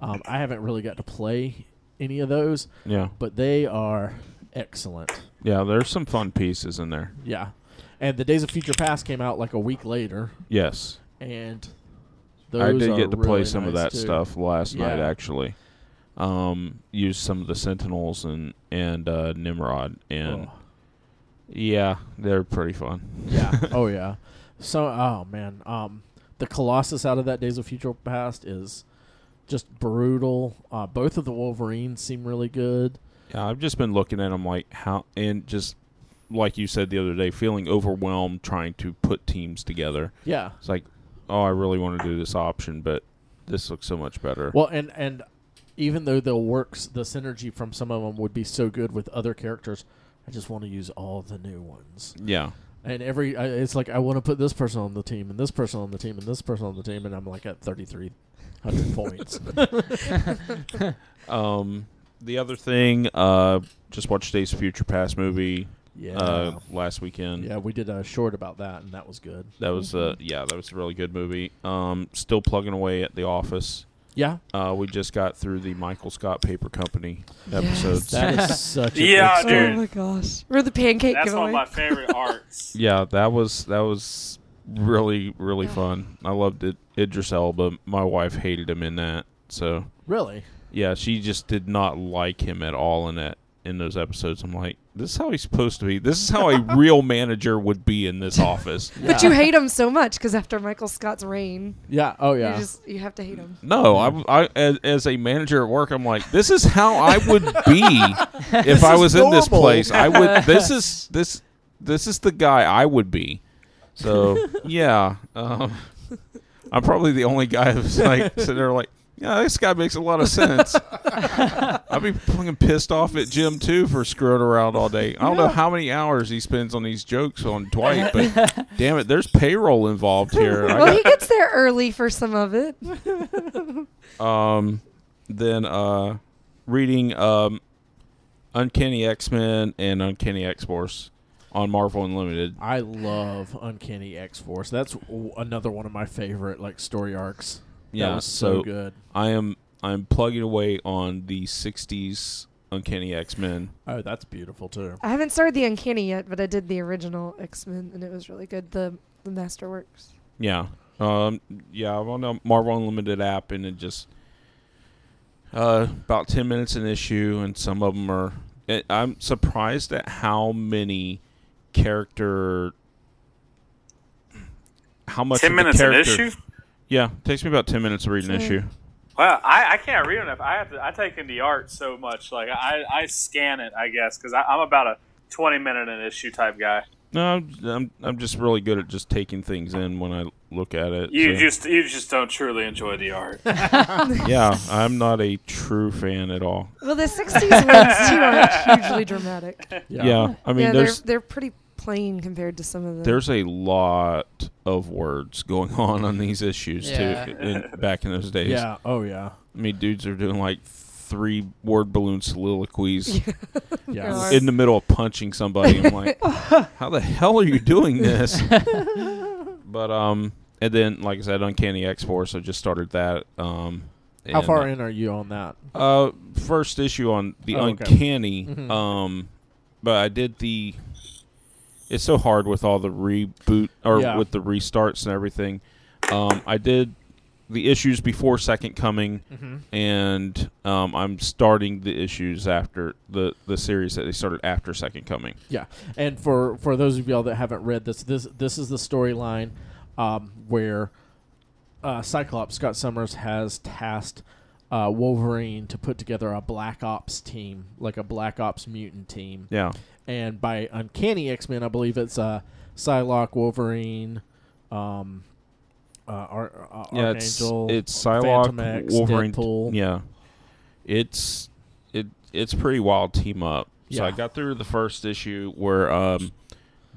S1: um, I haven't really got to play any of those,
S2: yeah,
S1: but they are excellent.
S2: yeah. There's some fun pieces in there.
S1: Yeah, and the Days of Future Past came out like a week later,
S2: Yes,
S1: and
S2: I
S1: those
S2: did
S1: are
S2: get to play
S1: really
S2: some of
S1: nice,
S2: that
S1: too.
S2: stuff last night.
S1: Yeah.
S2: Actually, um, used some of the Sentinels and and uh, Nimrod, and
S1: Oh.
S2: yeah, they're pretty fun.
S1: Yeah. oh yeah. So oh man, um, the Colossus out of that Days of Future Past is just brutal. Uh, both of the Wolverines seem really good.
S2: Yeah, I've just been looking at them like how, and just like you said the other day, feeling overwhelmed trying to put teams together.
S1: Yeah.
S2: It's like, oh, I really want to do this option, but this looks so much better.
S1: Well, and and even though the works, the synergy from some of them would be so good with other characters. I just want to use all the new ones,
S2: yeah,
S1: and every I- it's like I want to put this person on the team, and this person on the team, and this person on the team, and I'm like at thirty three hundred points.
S2: Um, the other thing, uh, just watched Days of Future Past movie
S1: Yeah,
S2: uh, last weekend.
S1: yeah, we did a short about that, and that was good.
S2: That was a yeah, that was a really good movie. Um, still plugging away at the office.
S1: Yeah.
S2: Uh, we just got through the Michael Scott Paper Company episodes.
S1: That
S6: [laughs]
S1: is such a
S5: Yeah,
S1: good story.
S6: Oh
S5: Ah, Dude.
S6: my gosh. We're the pancake
S5: That's one
S6: giveaway.
S5: of my favorite [laughs]
S2: [laughs]
S5: arts.
S2: yeah, that was that was really really fun. I loved it. Idris Elba. My wife hated him in that. So
S1: Really?
S2: yeah, she just did not like him at all in that in those episodes. I'm like, this is how he's supposed to be. This is how a real manager would be in this office.
S6: But you hate him so much because after Michael Scott's reign,
S1: Yeah. Oh yeah.
S6: you just you have to hate him.
S2: No, I, I as, as a manager at work, I'm like, this is how I would be if I
S1: is
S2: was in this
S1: normal.
S2: place. I would. This is this this is the guy I would be. So yeah, um, I'm probably the only guy who's like sitting there like, yeah, this guy makes a lot of sense. I'd be fucking pissed off at Jim too for screwing around all day. I don't know how many hours he spends on these jokes on Dwight, but damn it, there's payroll involved here. I
S6: Well,
S2: got-
S6: he gets there early for some of it.
S2: um, then uh, reading um, Uncanny X Men and Uncanny X Force on Marvel Unlimited.
S1: I love Uncanny X Force. That's w- another one of my favorite like story arcs. that
S2: Yeah,
S1: was so,
S2: so-
S1: good.
S2: I am I'm plugging away on the '60s Uncanny X Men.
S1: Oh, that's beautiful
S2: [laughs]
S1: too.
S6: I haven't started the Uncanny yet, but I did the original X Men, and it was really good. The the Masterworks.
S2: Yeah, um, yeah, I'm on the Marvel Unlimited app, and it just uh, about ten minutes an issue, and some of them are. I- I'm surprised at how many character. How much
S5: Ten
S2: of the
S5: minutes an
S2: character-
S5: issue.
S2: Yeah, takes me about ten minutes to read an issue.
S5: Wow, I, I can't read enough. I have to. I take in the art so much. Like I, I scan it, I guess, because I'm about a 20 minute an issue type guy.
S2: No, I'm, I'm I'm just really good at just taking things in when I look at it.
S5: You
S2: so-
S5: just you just don't truly enjoy the art.
S2: yeah, I'm not a true fan at all.
S6: Well, the '60s
S2: [laughs]
S6: ones too are hugely dramatic.
S2: Yeah, I mean
S6: yeah,
S2: there's
S6: they're they're pretty plain compared to some of the.
S2: there's a lot of words going [laughs] on on these issues
S4: Yeah.
S2: too. In, back in those days,
S1: Yeah. Oh yeah.
S2: I mean dudes are doing like three word balloon soliloquies
S1: Yeah.
S6: Yeah.
S2: in the middle of punching somebody. I'm like, how the hell are you doing this? but um, and then like I said, Uncanny X Force. I just started that. Um,
S1: How
S2: and,
S1: far in are you on that?
S2: Uh, first issue on the
S1: Oh, okay.
S2: Uncanny. Um, but I did the. It's so hard with all the reboot or
S1: Yeah.
S2: with the restarts and everything. Um, I did the issues before Second Coming,
S1: Mm-hmm.
S2: and um, I'm starting the issues after the the series that they started after Second Coming.
S1: Yeah, and for for those of y'all that haven't read this, this this is the storyline um, where uh, Cyclops Scott Summers has tasked uh, Wolverine to put together a Black Ops team, like a Black Ops mutant team.
S2: Yeah,
S1: And by Uncanny X Men, I believe it's uh, Psylocke, Wolverine, um, uh, Ar- uh,
S2: yeah. It's
S1: Archangel,
S2: it's
S1: Phantom
S2: Psylocke,
S1: X,
S2: Wolverine.
S1: Deadpool.
S2: Yeah, it's it it's a pretty wild team up. So
S1: Yeah.
S2: I got through the first issue where um,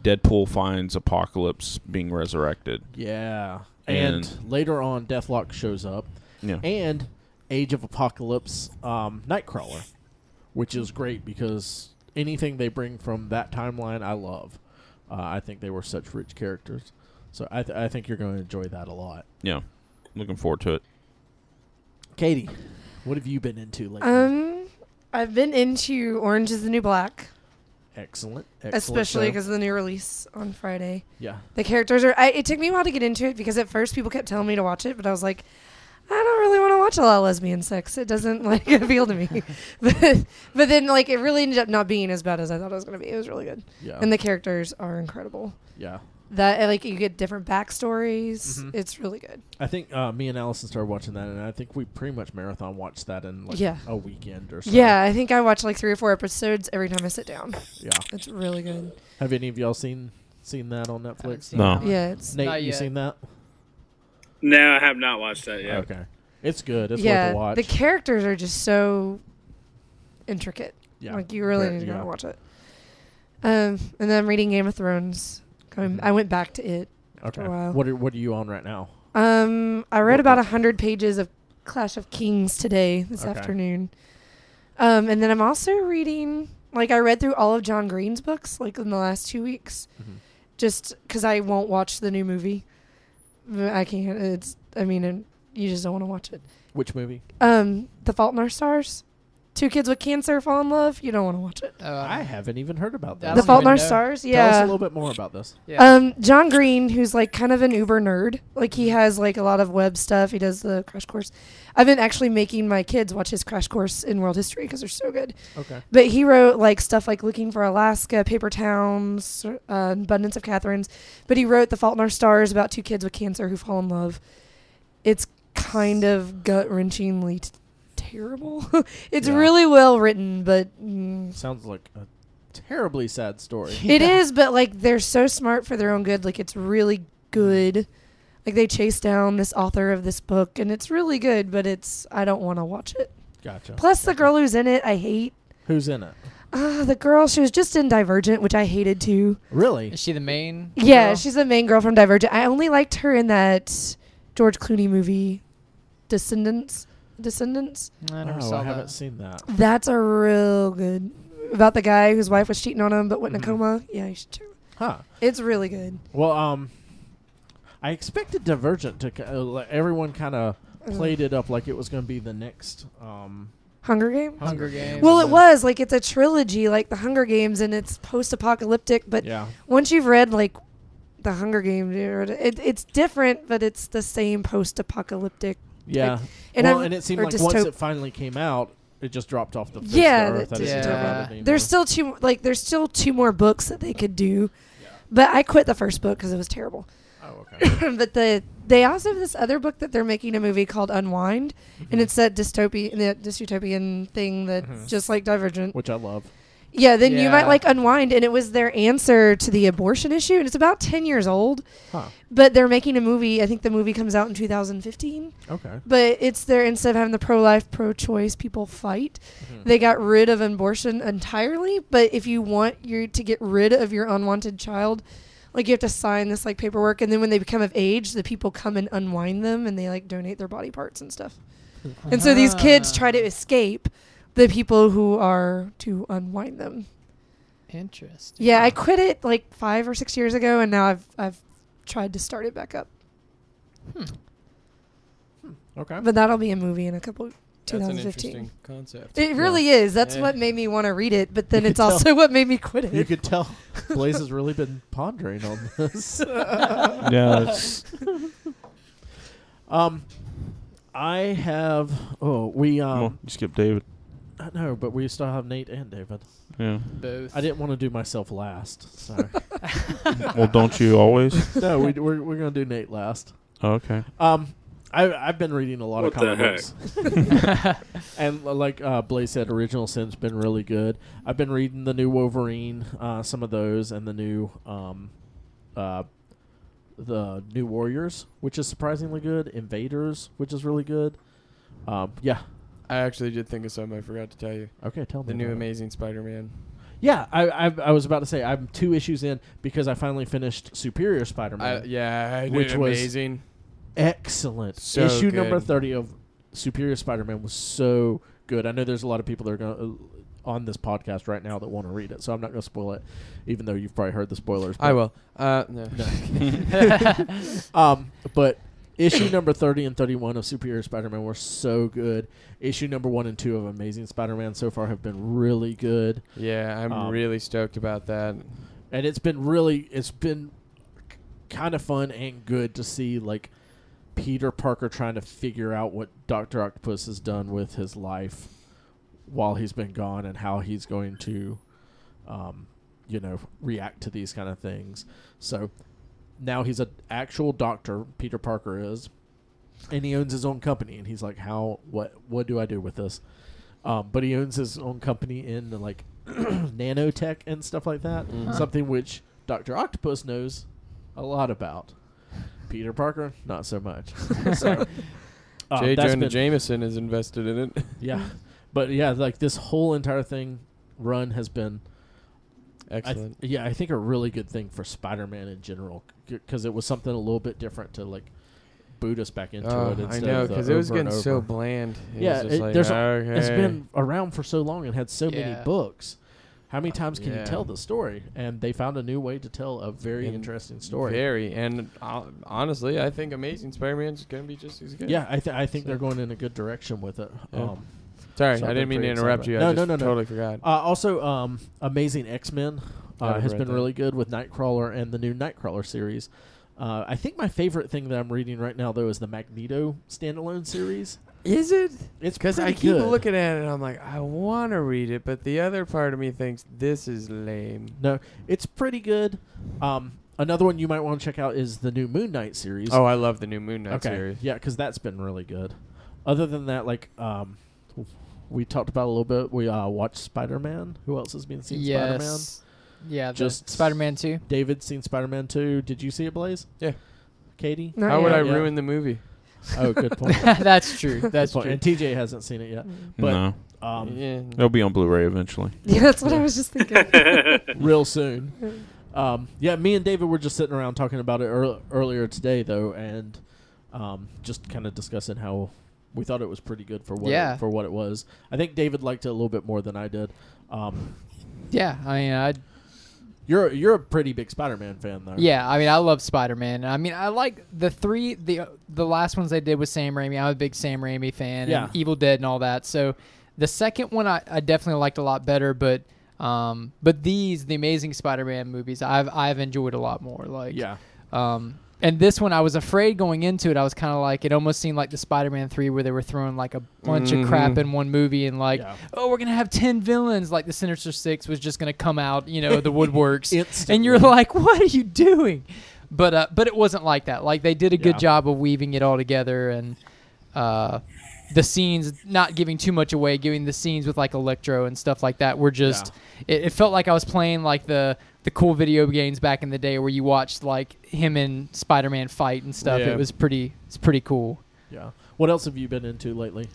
S2: Deadpool finds Apocalypse being resurrected.
S1: Yeah. And,
S2: And-
S1: later on, Deathlock shows up.
S2: Yeah.
S1: And Age of Apocalypse um, Nightcrawler, which is great because anything they bring from that timeline, I love. Uh, I think they were such rich characters. So I, th- I think you're going to enjoy that a lot.
S2: Yeah, looking forward to it.
S1: Katie, what have you been into lately?
S6: um, I've been into Orange is the New Black,
S1: excellent. excellent
S6: especially
S1: show.
S6: because of the new release on Friday.
S1: Yeah.
S6: The characters are. I, it took me a while to get into it because at first people kept telling me to watch it, but I was like, I don't really want to watch a lot of lesbian sex. It doesn't [laughs] like appeal
S1: [laughs]
S6: to me. but but then like it really ended up not being as bad as I thought it was gonna be. It was really good,
S1: Yeah.
S6: and the characters are incredible.
S1: yeah.
S6: That and, like you get different backstories.
S1: Mhm.
S6: It's really good.
S1: I think uh, me and Allison started watching that, and I think we pretty much marathon watched that in like
S6: Yeah.
S1: a weekend or so.
S6: Yeah, I think I watch like three or four episodes every time I sit down.
S1: Yeah.
S6: It's really good.
S1: Have any of y'all seen seen that on Netflix?
S2: No.
S6: Yeah, it's
S1: Nate,
S4: Not
S1: you
S4: yet.
S1: seen that?
S5: no, I have not watched that yet.
S1: Okay. It's good. It's
S6: yeah.
S1: worth a watch.
S6: The characters are just so intricate.
S1: yeah.
S6: Like you really
S1: Ver-
S6: need to go
S1: yeah.
S6: and watch it. Um, and then I'm reading Game of Thrones. Going,
S1: Mhm.
S6: I went back to it.
S1: okay.
S6: a while.
S1: What are, what are you on right now?
S6: Um, I read
S1: What
S6: about
S1: book?
S6: hundred pages of Clash of Kings today this
S1: Okay.
S6: afternoon. Um, and then I'm also reading. Like I read through all of John Green's books like in the last two weeks,
S1: Mhm.
S6: just because I won't watch the new movie. I can't. It's. I mean, and you just don't want to watch it.
S1: Which movie?
S6: Um, The Fault in Our Stars. Two kids with cancer fall in love. You don't want to watch it.
S7: Uh,
S1: I haven't even heard about
S7: I
S1: that.
S6: the
S7: don't
S6: Fault in
S7: even
S6: Our
S7: know.
S6: Stars.
S1: Tell us a
S6: Yeah.
S1: little bit more about this.
S7: yeah.
S6: Um, John Green, who's like kind of an Uber nerd, like he has like a lot of web stuff. He does the Crash Course. I've been actually making my kids watch his Crash Course in World History because they're so good.
S8: Okay.
S6: But he wrote like stuff like Looking for Alaska, Paper Towns, uh, Abundance of Catherines. But he wrote The Fault in Our Stars about two kids with cancer who fall in love. It's kind of gut wrenchingly t- terrible. [laughs] it's
S1: Yeah.
S6: really well written, but. Mm,
S1: Sounds like a terribly sad
S6: [laughs]
S1: story.
S6: it is, but like they're so smart for their own good. Like it's really good. Like they chase down this author of this book, and it's really good. But it's I don't want to watch it.
S1: Gotcha.
S6: Plus the girl who's in it, I hate.
S1: Who's in it?
S6: Ah, the girl she was just in Divergent, which I hated too.
S1: Really?
S7: Is she the main?
S6: Yeah,
S7: girl?
S6: she's the main girl from Divergent. I only liked her in that George Clooney movie, Descendants. Descendants.
S7: I never
S1: oh,
S7: saw
S1: I haven't
S7: that.
S1: seen that.
S6: That's a real good about the guy whose wife was cheating on him, but went in
S1: Mhm.
S6: a coma. Yeah, you should check. it.
S1: Huh.
S6: It's really good.
S1: Well, um, I expected Divergent to. ki- Uh, like, everyone kind of
S6: Mm-hmm.
S1: played it up like it was going to be the next um,
S6: Hunger Game.
S7: Hunger Games.
S6: Well, it
S1: and-
S6: was like it's a trilogy, like The Hunger Games, and it's post-apocalyptic. But
S1: Yeah.
S6: once you've read like The Hunger Games, dude, it, it's different, but it's the same post-apocalyptic.
S1: Yeah.
S6: and
S1: well,
S6: I'm-
S1: and it seemed
S6: or
S1: like once
S6: dystop-
S1: it finally came out, it just dropped off the face
S6: Yeah,
S1: of the earth.
S6: that
S1: I didn't
S7: just-
S1: know about
S7: yeah.
S1: it anymore.
S6: There's still two, like there's still two more books that they could do, but I quit the first book because it was terrible. [clears throat]
S1: Oh, okay. [laughs]
S6: but the they also have this other book that they're making a movie called Unwind,
S1: Mm-hmm.
S6: and it's that dystopian, that dystopian thing that just like Divergent.
S1: Which I love.
S6: Yeah, then you might
S7: Yeah.
S6: like unwind, and it was their answer to the abortion issue, and it's about ten years old.
S1: Huh.
S6: But they're making a movie. I think the movie comes out in 2015.
S1: Okay.
S6: But it's their instead of having the pro-life, pro-choice people fight, they got rid of abortion entirely. But if you want your to get rid of your unwanted child, like you have to sign this like paperwork, and then when they become of age, the people come and unwind them, and they like donate their body parts and stuff. And so these kids try to escape the people who are to unwind them.
S7: Interesting.
S6: Yeah, I quit it like five or six years ago, and now I've I've tried to start it back up.
S7: Hmm. [laughs]
S1: Okay.
S6: But that'll be a movie in a couple.
S8: That's an
S6: 2015.
S8: interesting concept.
S6: It really is. That's
S8: Yeah.
S6: what made me want to read it, but then
S1: You
S6: it's
S1: could tell.
S6: also what made me quit
S1: [laughs] You
S6: it.
S1: could tell Blaze has really been pondering on this.
S2: [laughs]
S7: [laughs]
S2: Yeah, it's-
S1: Um, I have. Oh, we.
S2: come on,
S1: Um,
S2: you skip David.
S1: I know, but we still have Nate and David.
S2: Yeah.
S7: Both.
S1: I didn't want to do myself last. Sorry.
S2: Well, don't you
S7: [laughs]
S2: always? Oh,
S1: no, we, we're we're gonna do Nate last.
S2: Okay.
S1: Um, I I've been reading a lot of
S5: What the
S1: comic books, and uh, like uh, Blaze said, Original Sin's been really good. I've been reading the new Wolverine, uh, some of those, and the new um, uh, the new Warriors, which is surprisingly good. Invaders, which is really good. Um, yeah.
S8: I actually did think of something I forgot to tell you.
S1: Okay, tell me
S8: The new
S1: about it.
S8: Amazing Spider-Man.
S1: Yeah, I, I I was about to say I'm two issues in because I finally finished Superior Spider-Man.
S8: I, yeah, I
S1: Which
S8: did
S1: was-
S8: amazing.
S1: Excellent.
S8: So
S1: Issue number
S8: good.
S1: 30 of Superior Spider-Man was so good. I know there's a lot of people that are going on this podcast right now that want to read it, so I'm not going to spoil it even though you've probably heard the spoilers.
S8: I
S1: but-
S8: will. Uh,
S1: [laughs]
S8: no.
S1: Um, but issue number 30 and 31 of Superior Spider-Man were so good. Issue number 1 and 2 of Amazing Spider-Man so far have been really good.
S8: Yeah, I'm
S1: Um,
S8: really stoked about that.
S1: and it's been really it's been kind of fun and good to see like Peter Parker trying to figure out what Doctor Octopus has done with his life while he's been gone and how he's going to um, you know react to these kind of things. So now he's an actual doctor Peter Parker is and he owns his own company and he's like how what what do I do with this? Um, but he owns his own company in like [clears throat] nanotech and stuff like that. Something which Doctor Octopus knows a lot about. Peter Parker, not so much. so, uh,
S8: J.
S1: that's
S8: Jonah
S1: been-
S8: Jameson is invested in it.
S1: yeah, but yeah, like this whole entire thing run has been [laughs] I th-
S8: Excellent.
S1: yeah, I think a really good thing for Spider-Man in general because it was something a little bit different to like boot us back into
S8: Oh,
S1: it.
S8: I
S1: Instead
S8: know
S1: of the
S8: because it was
S1: over and
S8: getting so
S1: over.
S8: bland. It
S1: yeah,
S8: was just
S1: it,
S8: like,
S1: there's a-
S8: okay.
S1: it's been around for so long and had so many
S7: Yeah.
S1: books How many times can
S8: Uh, Yeah.
S1: you tell the story? And they found a new way to tell a very
S8: In-
S1: interesting story.
S8: Very, and uh, honestly, I think Amazing Spider-Man's gonna be just as good.
S1: yeah, I, th- I think they're going in a good direction with it.
S8: Yeah.
S1: Um,
S8: Sorry,
S1: So I've
S8: I
S1: been
S8: didn't mean to
S1: pretty
S8: interrupt
S1: excited
S8: you.
S1: about
S8: I
S1: it. No,
S8: just
S1: no, no, no.
S8: totally forgot.
S1: uh, also, um, Amazing X Men
S8: Yeah,
S1: uh,
S8: I've
S1: has
S8: read
S1: been
S8: that.
S1: really good with Nightcrawler and the new Nightcrawler series. Uh, I think my favorite thing that I'm reading right now, though, is the Magneto standalone series.
S8: Is it?
S1: It's
S8: Because I
S1: pretty
S8: keep
S1: good.
S8: looking at it, and I'm like, I want to read it, but the other part of me thinks this is lame.
S1: No, it's pretty good. Um, another one you might want to check out is the new Moon Knight series.
S8: Oh, I love the new Moon Knight series.
S1: Yeah, because that's been really good. Other than that, like um, we talked about a little bit. We uh, watched Spider Man. Who else has been [laughs] seen Spider Man?
S7: Yes. Yeah,
S1: Just-
S7: just Spider-Man 2.
S1: David's seen Spider Man Two. Did you see it, Blaze?
S8: Yeah.
S1: Katie.
S6: [laughs] Not
S8: How would
S1: yet.
S8: I
S1: Yeah.
S8: ruin the movie?
S1: Oh,
S6: [laughs]
S1: good point. Good
S7: [laughs] That's true. That's
S1: point.
S7: true.
S1: And TJ hasn't seen it yet. But
S2: no,
S1: um,
S8: yeah.
S2: it'll be on Blu-ray eventually.
S6: Yeah, that's what I was just thinking.
S1: real soon. Um, yeah, me and David were just sitting around talking about it ear- earlier today, though, and um, just kind of discussing how we thought it was pretty good for what
S7: Yeah.
S1: it, for what it was. I think David liked it a little bit more than I did. Um,
S7: Yeah, I mean, I
S1: you're you're a pretty big Spider-Man fan, though.
S7: yeah, I mean, I love Spider-Man. I mean, I like the three the the last ones they did with Sam Raimi. I'm a big Sam Raimi fan.
S1: Yeah.
S7: and Evil Dead and all that. So the second one I, I definitely liked a lot better, but um, but these the Amazing Spider-Man movies I've I've enjoyed a lot more. Like
S1: yeah.
S7: Um, and this one, I was afraid going into it. I was kind of like, it almost seemed like the Spider-Man three, where they were throwing like a bunch of crap
S8: Mhm.
S7: in one movie, and like,
S1: Mm-hmm. Yeah.
S7: oh, we're gonna have ten villains. Like the Sinister Six was just gonna come out, you know,
S1: [laughs]
S7: the woodworks, [laughs] and
S1: Instantly.
S7: you're like, what are you doing? But uh, but it wasn't like that. Like they did a good
S1: Yeah.
S7: job of weaving it all together, and uh, the scenes, not giving too much away, giving the scenes with like Electro and stuff like that were just it, it felt like I was playing like the the cool video games back in the day where you watched like him and Spider Man fight and stuff.
S8: Yeah.
S7: It was pretty it's pretty cool.
S1: Yeah. What else have you been into lately?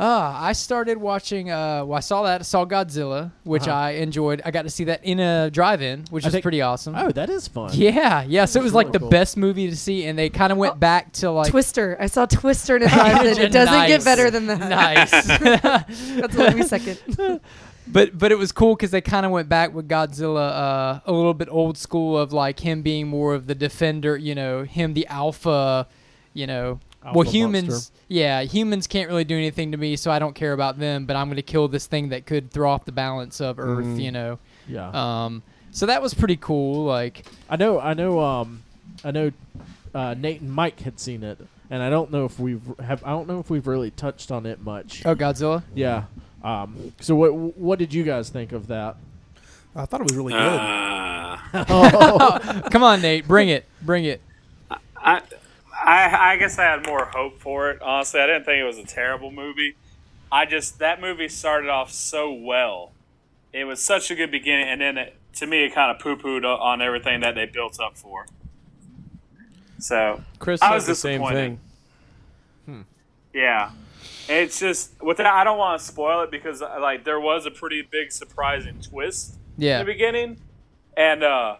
S7: Uh, I started watching. Uh, well, I saw that. I saw Godzilla, which
S1: Uh-huh.
S7: I enjoyed. I got to see that in a drive-in, which
S1: I
S7: was
S1: think-
S7: pretty awesome.
S1: Oh, that is fun.
S7: yeah, yeah. So it was like
S1: really
S7: the
S1: cool.
S7: best movie to see, and they kind of went
S6: Oh,
S7: back to [laughs] like
S6: Twister. I saw Twister
S7: [laughs]
S6: in a drive-in. It doesn't
S7: Nice.
S6: get better than that.
S7: nice.
S6: [laughs]
S7: [laughs]
S6: That's what we second.
S7: but but it was cool because they kind of went back with Godzilla uh, a little bit old school of like him being more of the defender, you know, him the alpha, you know.
S1: Alpha
S7: well, humans,
S1: monster.
S7: yeah, humans can't really do anything to me, so I don't care about them. But I'm going to kill this thing that could throw off the balance of Earth,
S8: Mhm.
S7: you know.
S1: Mm. Yeah.
S7: Um, so that was pretty cool. Like,
S1: I know, I know, um, I know. Uh, Nate and Mike had seen it, and I don't know if we've have. I don't know if we've really touched on it much.
S7: oh, Godzilla.
S1: Yeah. Um, so what what did you guys think of that?
S3: [laughs] I thought it was really good.
S5: [laughs] Uh,
S7: Come on, Nate, bring it, bring it.
S5: I, I, I guess I had more hope for it. Honestly, I didn't think it was a terrible movie. I just that movie started off so well. It was such a good beginning, and then it, to me, it kind of poo pooed on everything that they built up for. So
S8: Chris
S5: I
S8: said
S5: was
S8: the same
S5: disappointed.
S8: thing.
S5: yeah, it's just with that. I don't want to spoil it because uh, like there was a pretty big surprising twist
S7: Yeah,
S5: in the beginning, and uh,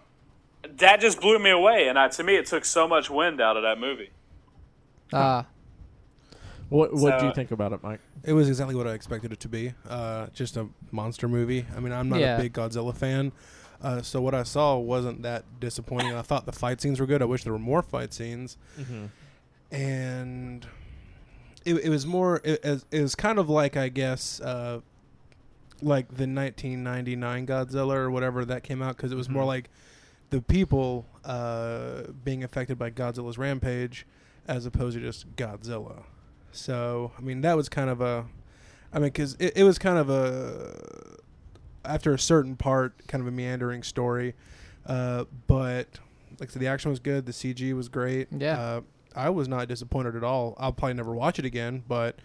S5: that just blew me away. And I, to me, it took so much wind out of that movie.
S7: uh,
S1: What what do you
S5: So-
S1: think about it, Mike?
S3: It was exactly what I expected it to be. Uh, just a monster movie. I mean, I'm not
S7: Yeah.
S3: a big Godzilla fan, uh, so what I saw wasn't that disappointing. I thought the fight scenes were good. I wish there were more fight scenes. Mm-hmm. And it, it was more. It, it- it was kind of like I guess. Uh, like the 1999 Godzilla or whatever that came out because it was more like the people uh, being affected by Godzilla's rampage as opposed to just Godzilla. So I mean that was kind of a, I mean because it, it was kind of a after a certain part kind of a meandering story, uh, but like I said, the action was good, the CG was great.
S7: Yeah.
S3: uh, I was not disappointed at all. I'll probably never watch it again, but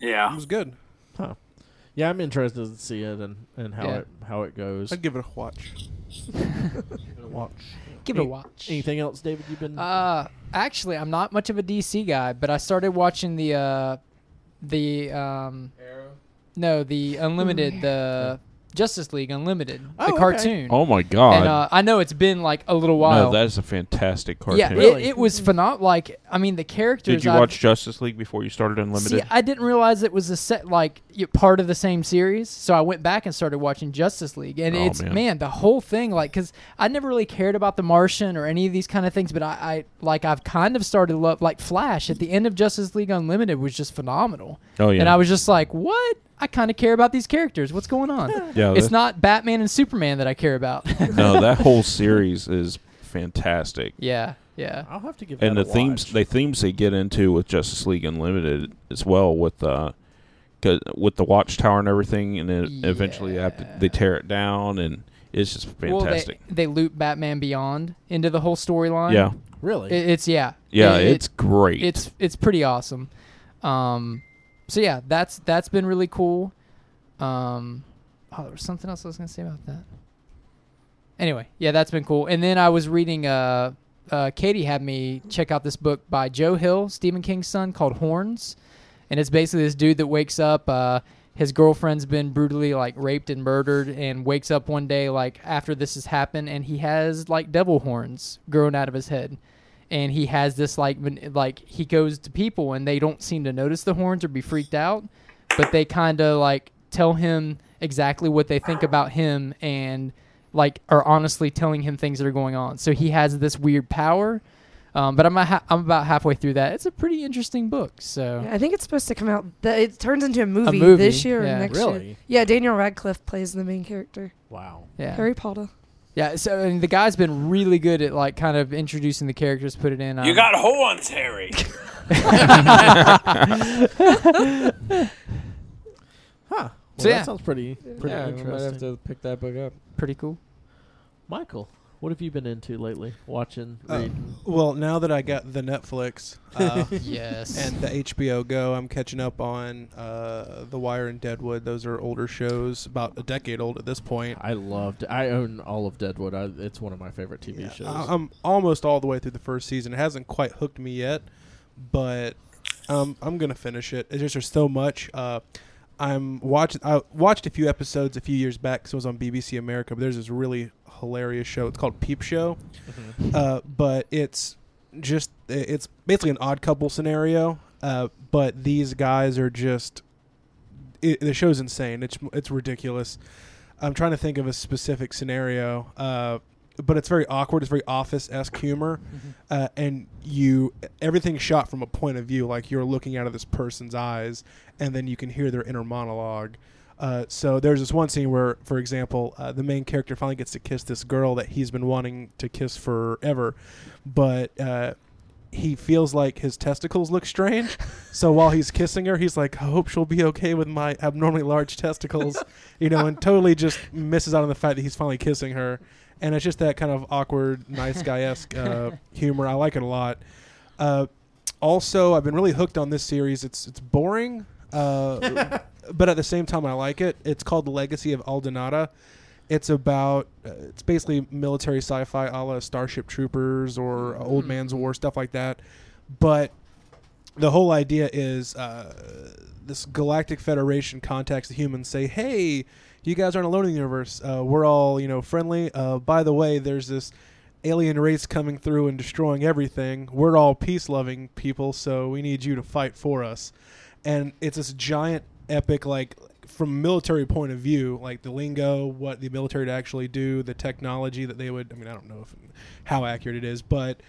S3: it
S5: Yeah,
S3: was good.
S1: Yeah, I'm interested to see it and, and how
S7: Yeah.
S1: it how it goes.
S3: I'd give it a watch.
S7: give it a watch.
S1: Anything else, David? You've been
S7: Uh, actually, I'm not much of a DC guy, but I started watching the uh, the um,
S8: Arrow.
S7: Hmm. no, the Unlimited, the Justice League Unlimited,
S1: Oh,
S7: the
S1: okay.
S7: cartoon.
S2: Oh my god!
S7: And uh, I know it's been like a little while.
S2: no, that is a fantastic cartoon.
S7: yeah, it,
S1: Really?
S7: it was phenomenal. Like, I mean, the characters.
S2: Did you
S7: I've-
S2: watch Justice League before you started Unlimited?
S7: See, I didn't realize it was a set like y- part of the same series, so I went back and started watching Justice League, and
S2: Oh,
S7: it's
S2: man.
S7: man. the whole thing like because I never really cared about The Martian or any of these kind of things, but I, I like I've kind of started love like Flash at the end of Justice League Unlimited was just phenomenal.
S2: Oh, yeah.
S7: and I was just like, what? I kind of care about these characters. What's going on?
S2: [laughs] Yeah, that's-
S7: it's not Batman and Superman that I care about. [laughs]
S2: no, that whole series is fantastic.
S7: yeah, yeah.
S1: I'll have to give.
S2: and
S1: that
S2: the
S1: a
S2: themes
S1: watch.
S2: the themes they get into with Justice League Unlimited as well with uh 'cause- with the watchtower and everything, and then eventually they have to, they tear it down, and it's just fantastic.
S7: Well, they, they loop Batman Beyond into the whole storyline.
S2: yeah,
S1: really.
S7: It- it's yeah,
S2: yeah,
S7: It- it-
S2: it's great.
S7: it's it's pretty awesome. Um, so yeah, that's that's been really cool. Um, oh, there was something else I was gonna say about that. Anyway, yeah, that's been cool. And then I was reading. Uh, uh, Katie had me check out this book by Joe Hill, Stephen King's son, called Horns, and it's basically this dude that wakes up. Uh, his girlfriend's been brutally like raped and murdered, and wakes up one day like after this has happened, and he has like devil horns growing out of his head and he has this like man- like he goes to people and they don't seem to notice the horns or be freaked out but they kind of like tell him exactly what they think about him and like are honestly telling him things that are going on so he has this weird power um, but I'm, a ha- I'm about halfway through that it's a pretty interesting book so
S6: I think it's supposed to come out. The, it turns into a movie,
S7: movie,
S6: this year
S7: yeah.
S6: or next
S1: Really?
S6: year. Yeah, Daniel Radcliffe plays the main character,
S1: wow.
S7: yeah
S6: Harry Potter.
S7: yeah so and the guy's been really good at like kind of introducing the characters put it in
S5: You
S7: um,
S5: got horns,
S3: [laughs]
S5: Harry.
S1: Huh. Well,
S7: So, yeah.
S1: That sounds pretty pretty
S8: yeah, we might
S1: interesting.
S8: have to pick that book up.
S7: pretty cool
S1: Michael, what have you been into lately? Watching,
S3: Uh,
S1: reading.
S3: Well, now that I got the Netflix uh,
S7: yes
S3: and the HBO Go, I'm catching up on uh, The Wire and Deadwood. Those are older shows, about a decade old at this point.
S1: I loved. I own all of Deadwood. I, it's one of my favorite TV
S3: Yeah, Uh,
S1: shows.
S3: I- I'm almost all the way through the first season. It hasn't quite hooked me yet, but um, I'm gonna finish it. It's just there's so much. Uh, I'm watching. I watched a few episodes a few years back because it was on BBC America. But there's this really hilarious show. It's called Peep Show, uh, but it's just i- it's basically an odd couple scenario. Uh, but these guys are just it, the show's insane. It's it's ridiculous. I'm trying to think of a specific scenario, uh, but it's very awkward. It's very office esque humor, uh, and you everything's shot from a point of view, like you're looking out of this person's eyes, and then you can hear their inner monologue. Uh, so there's this one scene where, for example, uh, the main character finally gets to kiss this girl that he's been wanting to kiss forever, but uh, he feels like his testicles look strange. So while he's kissing her, he's like, "I hope she'll be okay with my abnormally large testicles," you know, and totally just misses out on the fact that he's finally kissing her. And it's just that kind of awkward, nice guy esque uh, humor. I like it a lot. Uh, also, I've been really hooked on this series. It's it's boring, uh, but at the same time, I like it. It's called Legacy of Aldonada. It's about uh, it's basically military sci-fi, a la Starship Troopers or Old Man's War, stuff like that. But the whole idea is uh, this Galactic Federation contacts the humans, say, "Hey, you guys aren't alone in the universe. Uh, we're all you know friendly. Uh, by the way, there's this alien race coming through and destroying everything. We're all peace-loving people, so we need you to fight for us." And it's this giant epic, like from a military point of view, like the lingo, what the military would actually do, the technology that they would. I mean, I don't know if how accurate it is, but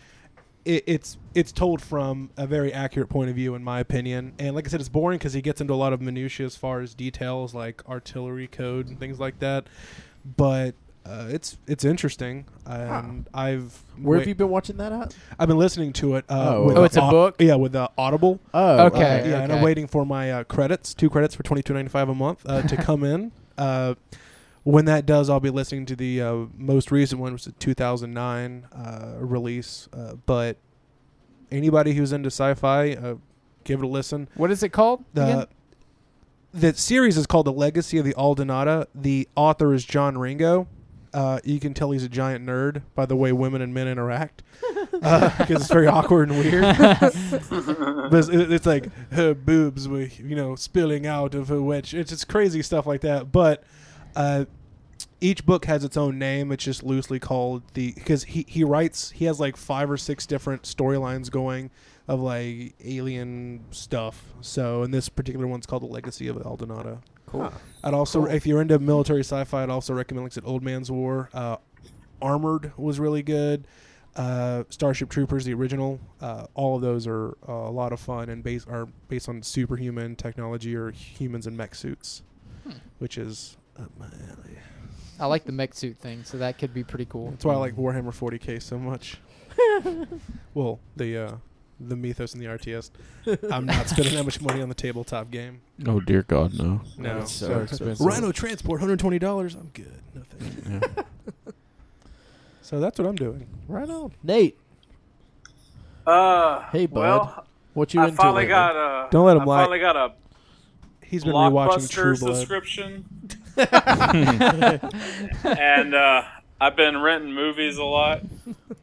S3: it, it's it's told from a very accurate point of view, in my opinion. And like I said, it's boring because he gets into a lot of minutia as far as details, like artillery code and things like that. But uh, it's it's interesting, and I've
S1: Where have
S3: wait-
S1: you been watching that at?
S3: I've been listening to it. Uh,
S1: Oh,
S3: with
S1: Oh,
S3: the
S7: it's a
S3: au-
S7: book?
S3: Yeah, with the Audible.
S1: Oh,
S7: Okay.
S3: Uh, yeah, and I'm
S7: okay.
S3: waiting for my uh, credits, two credits for twenty two ninety five a month uh, to come
S7: [laughs]
S3: in. Uh, when that does, I'll be listening to the uh, most recent one, which is a 2009 uh, release. Uh, but anybody who's into sci-fi, uh, give it a listen.
S7: what is it called again?
S3: The the series is called The Legacy of the Aldonada. The author is John Ringo. Uh, you can tell he's a giant nerd by the way women and men interact, because it's very awkward and weird. but it's, it's like her boobs were, you know, spilling out of her wet. sh- It's just crazy stuff like that. But Uh, each book has its own name. It's just loosely called the because he he writes he has like five or six different storylines going of like alien stuff. So and this particular one's called the Legacy of El Donato. Cool. I'd also if you're into military sci-fi, I'd also recommend like I said, Old Man's War. Uh, Armored was really good. Uh, Starship Troopers, the original, uh, all of those are uh, a lot of fun and base are based on superhuman technology or humans in mech suits, which is up my alley.
S7: I like the mech suit thing, so that could be pretty
S3: [laughs]
S7: cool.
S3: That's why I like Warhammer 40k so much. well, the uh, the Mythos and the RTS. I'm not spending that much money on the tabletop game.
S2: Oh dear God, no.
S3: No,
S1: That's so
S3: So-
S1: expensive.
S3: Rhino Transport, 120 dollars. I'm good. No thank you. [laughs] So that's what I'm doing.
S1: Right on, Nate.
S5: Uh,
S1: Hey, bud.
S5: well,
S1: What you
S5: I
S1: into
S5: finally
S1: lately? [laughs]
S5: got a.
S3: Don't let him
S5: I
S3: lie.
S5: finally got a
S3: He's been rewatching True
S5: blockbuster
S3: Blood. [laughs]
S5: subscription, and uh, I've been renting movies a lot.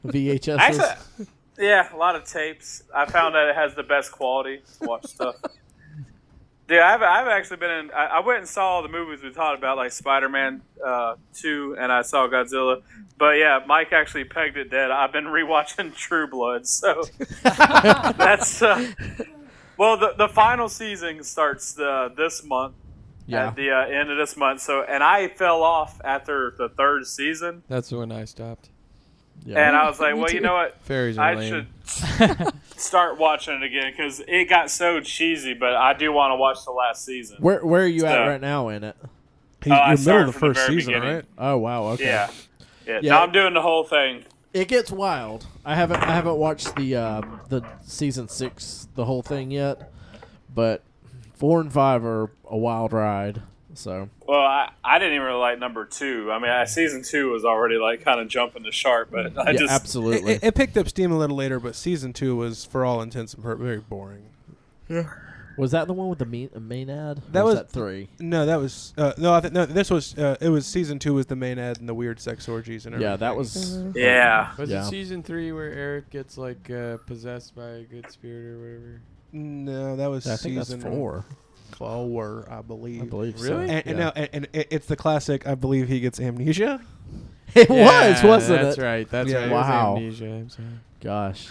S1: VHS.
S5: Actually, yeah, a lot of tapes. I found that it has the best quality to watch stuff. [laughs] Dude, I've, I've actually been in. I, I went and saw all the movies we talked about, like Spider Man uh, 2, and I saw Godzilla. But yeah, Mike actually pegged it dead. I've been [laughs] rewatching True Blood. So that's. Uh, well, the, the final season starts uh, this month.
S4: Yeah.
S5: At the uh, end of this month, so and I fell off after the third season,
S8: That's when I stopped.
S5: and I was like, well, you know what?
S8: Fairies are
S5: I
S8: lame.
S5: should start watching it again because it got so cheesy. But I do want to watch the last season.
S1: where where are you at
S5: Yeah.
S1: right now in it?
S3: He's
S5: Oh, I
S3: you're middle
S5: started
S3: of the
S5: from the
S3: first
S5: very
S3: season,
S5: beginning.
S3: right?
S1: Oh wow. Okay.
S5: yeah. yeah,
S1: Yeah.
S5: No, I'm doing the whole thing.
S1: It gets wild. I haven't I haven't watched the uh, the season six the whole thing yet, but four and five are a wild ride. So
S5: Well, I, I didn't even really like number two. I mean, I, season two was already like kind of jumping the shark, but I
S1: yeah,
S5: just
S3: It,
S1: absolutely.
S3: it, it picked up steam a little later, but season two was, for all intents and purposes, very boring.
S1: was that the one with the main main ad?
S3: That
S1: or was,
S3: was-
S1: that three.
S3: No, that was uh, no. I think no. This was uh, it was season two was the main ad and the weird sex orgies and everything.
S1: Yeah, that was.
S6: Uh,
S5: yeah.
S8: Was
S1: Yeah.
S8: it season three where Eric gets like uh, possessed by a good spirit or whatever?
S3: no, that was
S1: I think that's
S3: season
S1: four.
S3: four, I believe.
S1: I believe.
S8: Really?
S1: So.
S3: And, and,
S1: yeah.
S3: no, and, and it, it's the classic. I believe he gets amnesia.
S1: [laughs] it was,
S8: Yeah,
S1: wasn't
S8: that's
S1: it?
S8: right. That's
S3: Yeah.
S8: right. It was
S1: Wow.
S8: amnesia, I'm sorry.
S1: Gosh.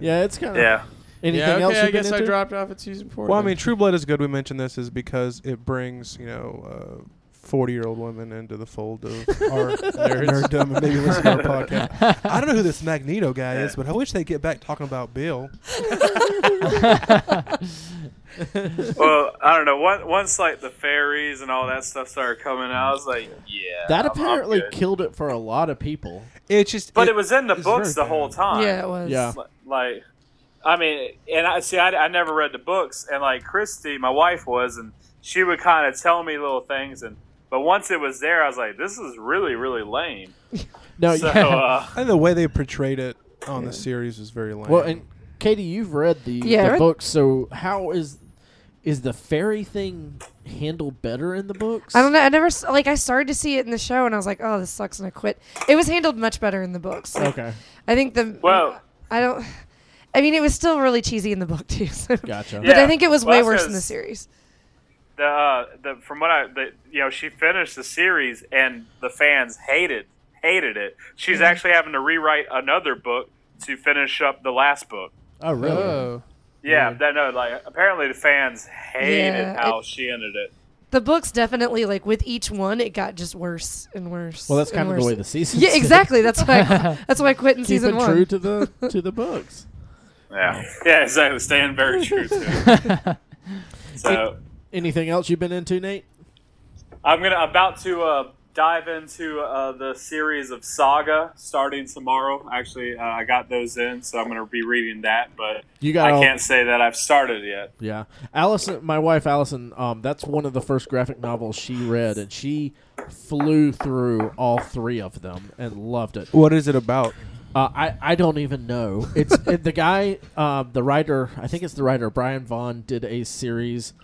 S1: Yeah, it's kind of.
S5: Yeah,
S1: Anything
S8: yeah, okay,
S1: else? You've
S8: I guess
S1: been
S8: I
S1: into?
S8: dropped off at season four.
S3: Well, I
S8: then.
S3: mean, True Blood is good. We mentioned this is because it brings you know. Uh, 40 year old women into the fold
S1: [laughs]
S3: of our nerddom and maybe listen to our
S7: [laughs]
S3: podcast. I don't know who this Magneto guy is, but I wish they'd get back talking about Bill.
S5: [laughs] well, I don't know. Once, once like the fairies and all that stuff started coming out, I was like, yeah.
S1: [laughs] That
S5: I'm- I'm
S1: apparently
S5: good.
S1: killed it for a lot of people.
S3: It's just.
S5: but it, was in the
S3: it's
S5: books the
S3: very
S5: whole time.
S6: Yeah, it
S5: [laughs]
S6: was.
S1: Yeah.
S5: like i mean and i see I, I never read the books and like christy my wife was and she would kind of tell me little things and but once it was there i was like this is really really lame
S6: Oh,
S1: No,
S5: so
S1: yeah.
S6: [laughs]
S5: uh,
S3: I think the way they portrayed it on the series was very lame.
S1: Well, and Katie, you've read the,
S6: Yeah, I
S1: the
S6: read-
S1: books, so how is is the fairy thing handled better in the books?
S6: I don't know. I never s- like I started to see it in the show, and I was like, "Oh, this sucks," and I quit. It was handled much better in the books. Like,
S1: Okay,
S6: I think the
S5: Well-
S6: I don't. I mean, it was still really cheesy in the book too. So.
S1: gotcha.
S6: But
S5: Yeah.
S6: I think it was
S5: Well,
S6: way
S5: that's
S6: worse
S5: 'cause-
S6: in the series.
S5: the, uh, the from what i the, you know she finished the series and the fans hated hated it she's
S6: Mm-hmm.
S5: actually having to rewrite another book to finish up the last book
S1: Oh, really?
S4: Oh.
S5: yeah, that no, like apparently the fans hated
S6: Mm-hmm. Yeah,
S5: how
S6: it-
S5: she ended
S6: [laughs]
S5: it.
S6: The books definitely like with each one, it got just worse and worse.
S1: Well, that's
S6: and
S1: kind of the
S6: worse.
S1: way the season. [laughs]
S6: Yeah, exactly. That's why I, that's why I quit in
S1: Keep
S6: season
S1: it
S6: one.
S1: true to the to the books.
S5: Yeah, yeah, exactly. Staying very true to it.
S7: [laughs]
S5: So
S1: Anything else you've been into, Nate?
S5: I'm gonna about to uh, dive into uh, the series of Saga starting tomorrow. Actually, uh, I got those in, so I'm gonna be reading that, but
S1: You got
S5: I
S1: all-
S5: can't say that I've started yet.
S1: Yeah, Allison, my wife Allison. Um, that's one of the first graphic novels she read, and she flew through all three of them and loved it.
S3: what is it about?
S1: Uh, I I don't even know.
S3: [laughs]
S1: It's it, the guy, uh, the writer. I think it's the writer Brian Vaughn did a series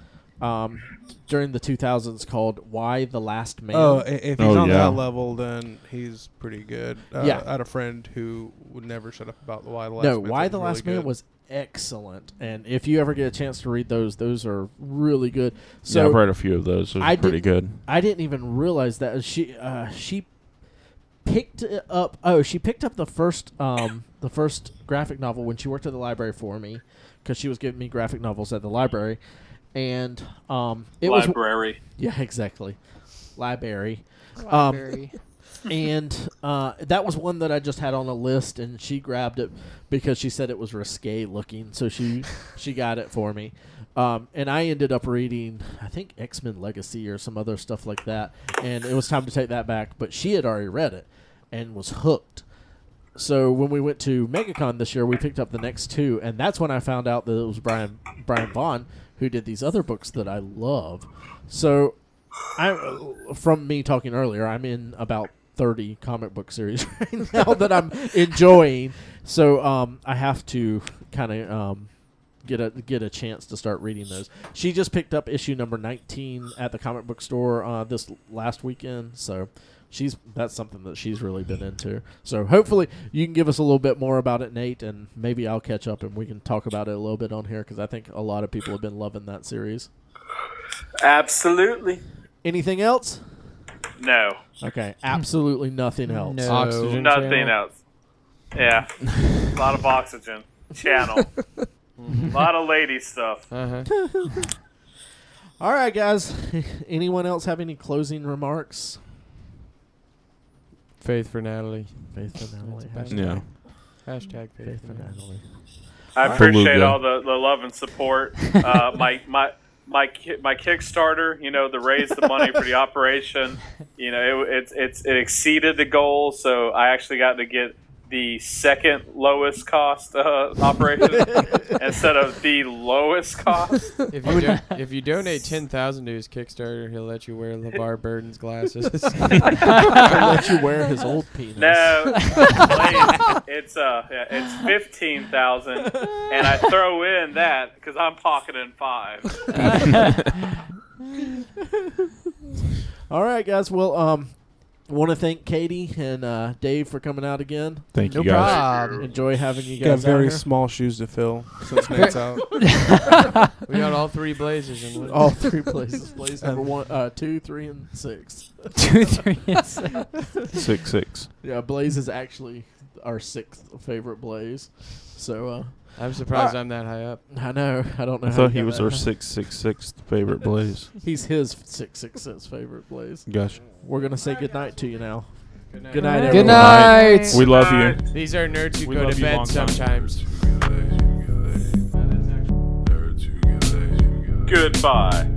S1: um, during the 2000s called "Why the Last Man."
S3: Oh, i- if he's
S2: Oh,
S3: on
S2: yeah.
S3: that level, then he's pretty good. Uh,
S1: Yeah.
S3: I had a friend who would never shut up about the Why the Last
S1: no,
S3: Man.
S1: "Why
S3: It's
S1: the
S3: really
S1: Last Man"
S3: good.
S1: was excellent. And if you ever get a chance to read those, those are really good. So
S2: yeah, I've read a few of those. Those are
S1: I
S2: pretty
S1: did-
S2: good.
S1: I didn't even realize that she uh, she picked it up. Oh, she picked up the first um, the first graphic novel when she worked at the library for me because she was giving me graphic novels at the library, and um, it was
S5: library.
S1: [laughs] yeah exactly library. Um,
S7: Library.
S1: and uh, that was one that I just had on a list, and she grabbed it because she said it was risque looking, so she she got it for me. Um, and I ended up reading, I think X Men Legacy or some other stuff like that, and it was time to take that back. But she had already read it and was hooked. So when we went to MegaCon this year, we picked up the next two, and that's when I found out that it was Brian Brian Vaughn who did these other books that I love. So I, from me talking earlier, I'm in about 30 comic book series [laughs] right now that I'm enjoying. So um, I have to kind of um, get a get a chance to start reading those. She just picked up issue number 19 at the comic book store uh, this last weekend. So she's that's something that she's really been into. So hopefully you can give us a little bit more about it, Nate, and maybe I'll catch up and we can talk about it a little bit on here because I think a lot of people have been loving that series.
S5: Absolutely.
S1: Anything else?
S5: No.
S1: Okay, [laughs] absolutely nothing else.
S7: No.
S2: Uh,
S8: Oxygen.
S5: Nothing
S8: channel.
S5: else. Yeah. a lot of oxygen. Channel.
S1: [laughs]
S5: a lot of lady stuff.
S8: Uh-huh.
S1: All right, guys. [laughs] Anyone else have any closing remarks?
S8: Faith for Natalie.
S1: Faith and Natalie.
S8: That's
S1: Hashtag
S8: about
S2: [laughs] Yeah.
S8: Hashtag faith
S1: Faith
S8: for
S1: and
S8: Natalie.
S1: Natalie.
S5: I appreciate
S2: Beluga.
S5: all the, the love and support. Uh, my my my ki- my Kickstarter, you know, to raise the money for the operation, you know, it it, it's it exceeded the goal, so I actually got to get the second lowest cost uh, operation instead of the lowest cost.
S8: If
S1: [laughs]
S8: you, do, if [laughs] you donate ten thousand to his Kickstarter, he'll let you wear LeVar Burton's
S1: [laughs]
S8: glasses. [laughs]
S1: I'll let you wear his [laughs] old penis.
S5: No, please. it's uh, yeah, it's fifteen thousand, and I throw in that because I'm pocketing five.
S1: All right, guys. Well, um, want to thank Katie and uh, Dave for coming out again.
S2: Thank
S7: no
S2: you guys.
S7: problem.
S1: Enjoy having you
S3: Got
S1: guys out
S3: very
S1: here.
S3: small shoes to fill since Nate's out.
S8: we got all three blazers in one.
S1: [laughs] All three [laughs] places. Place number one, uh, two, three, and six.
S7: [laughs] Two, three, and six.
S2: [laughs] Six six.
S1: Yeah, Blaze is actually our sixth favorite Blaze. So uh,
S8: I'm surprised I'm that high up.
S1: I know. I don't know.
S2: I
S1: how
S2: thought
S1: you
S2: he
S1: got
S2: was
S1: that.
S2: our six six six favorite Blaze.
S1: He's his six six six favorite Blaze.
S2: Gosh,
S1: We're gonna say goodnight to you now.
S8: Good night.
S1: Good night.
S7: Good
S1: everyone.
S7: night.
S2: we love you.
S8: These are nerds who
S2: We
S8: go
S2: love
S8: to
S2: you long
S8: bed
S2: time.
S8: sometimes.
S5: Goodbye.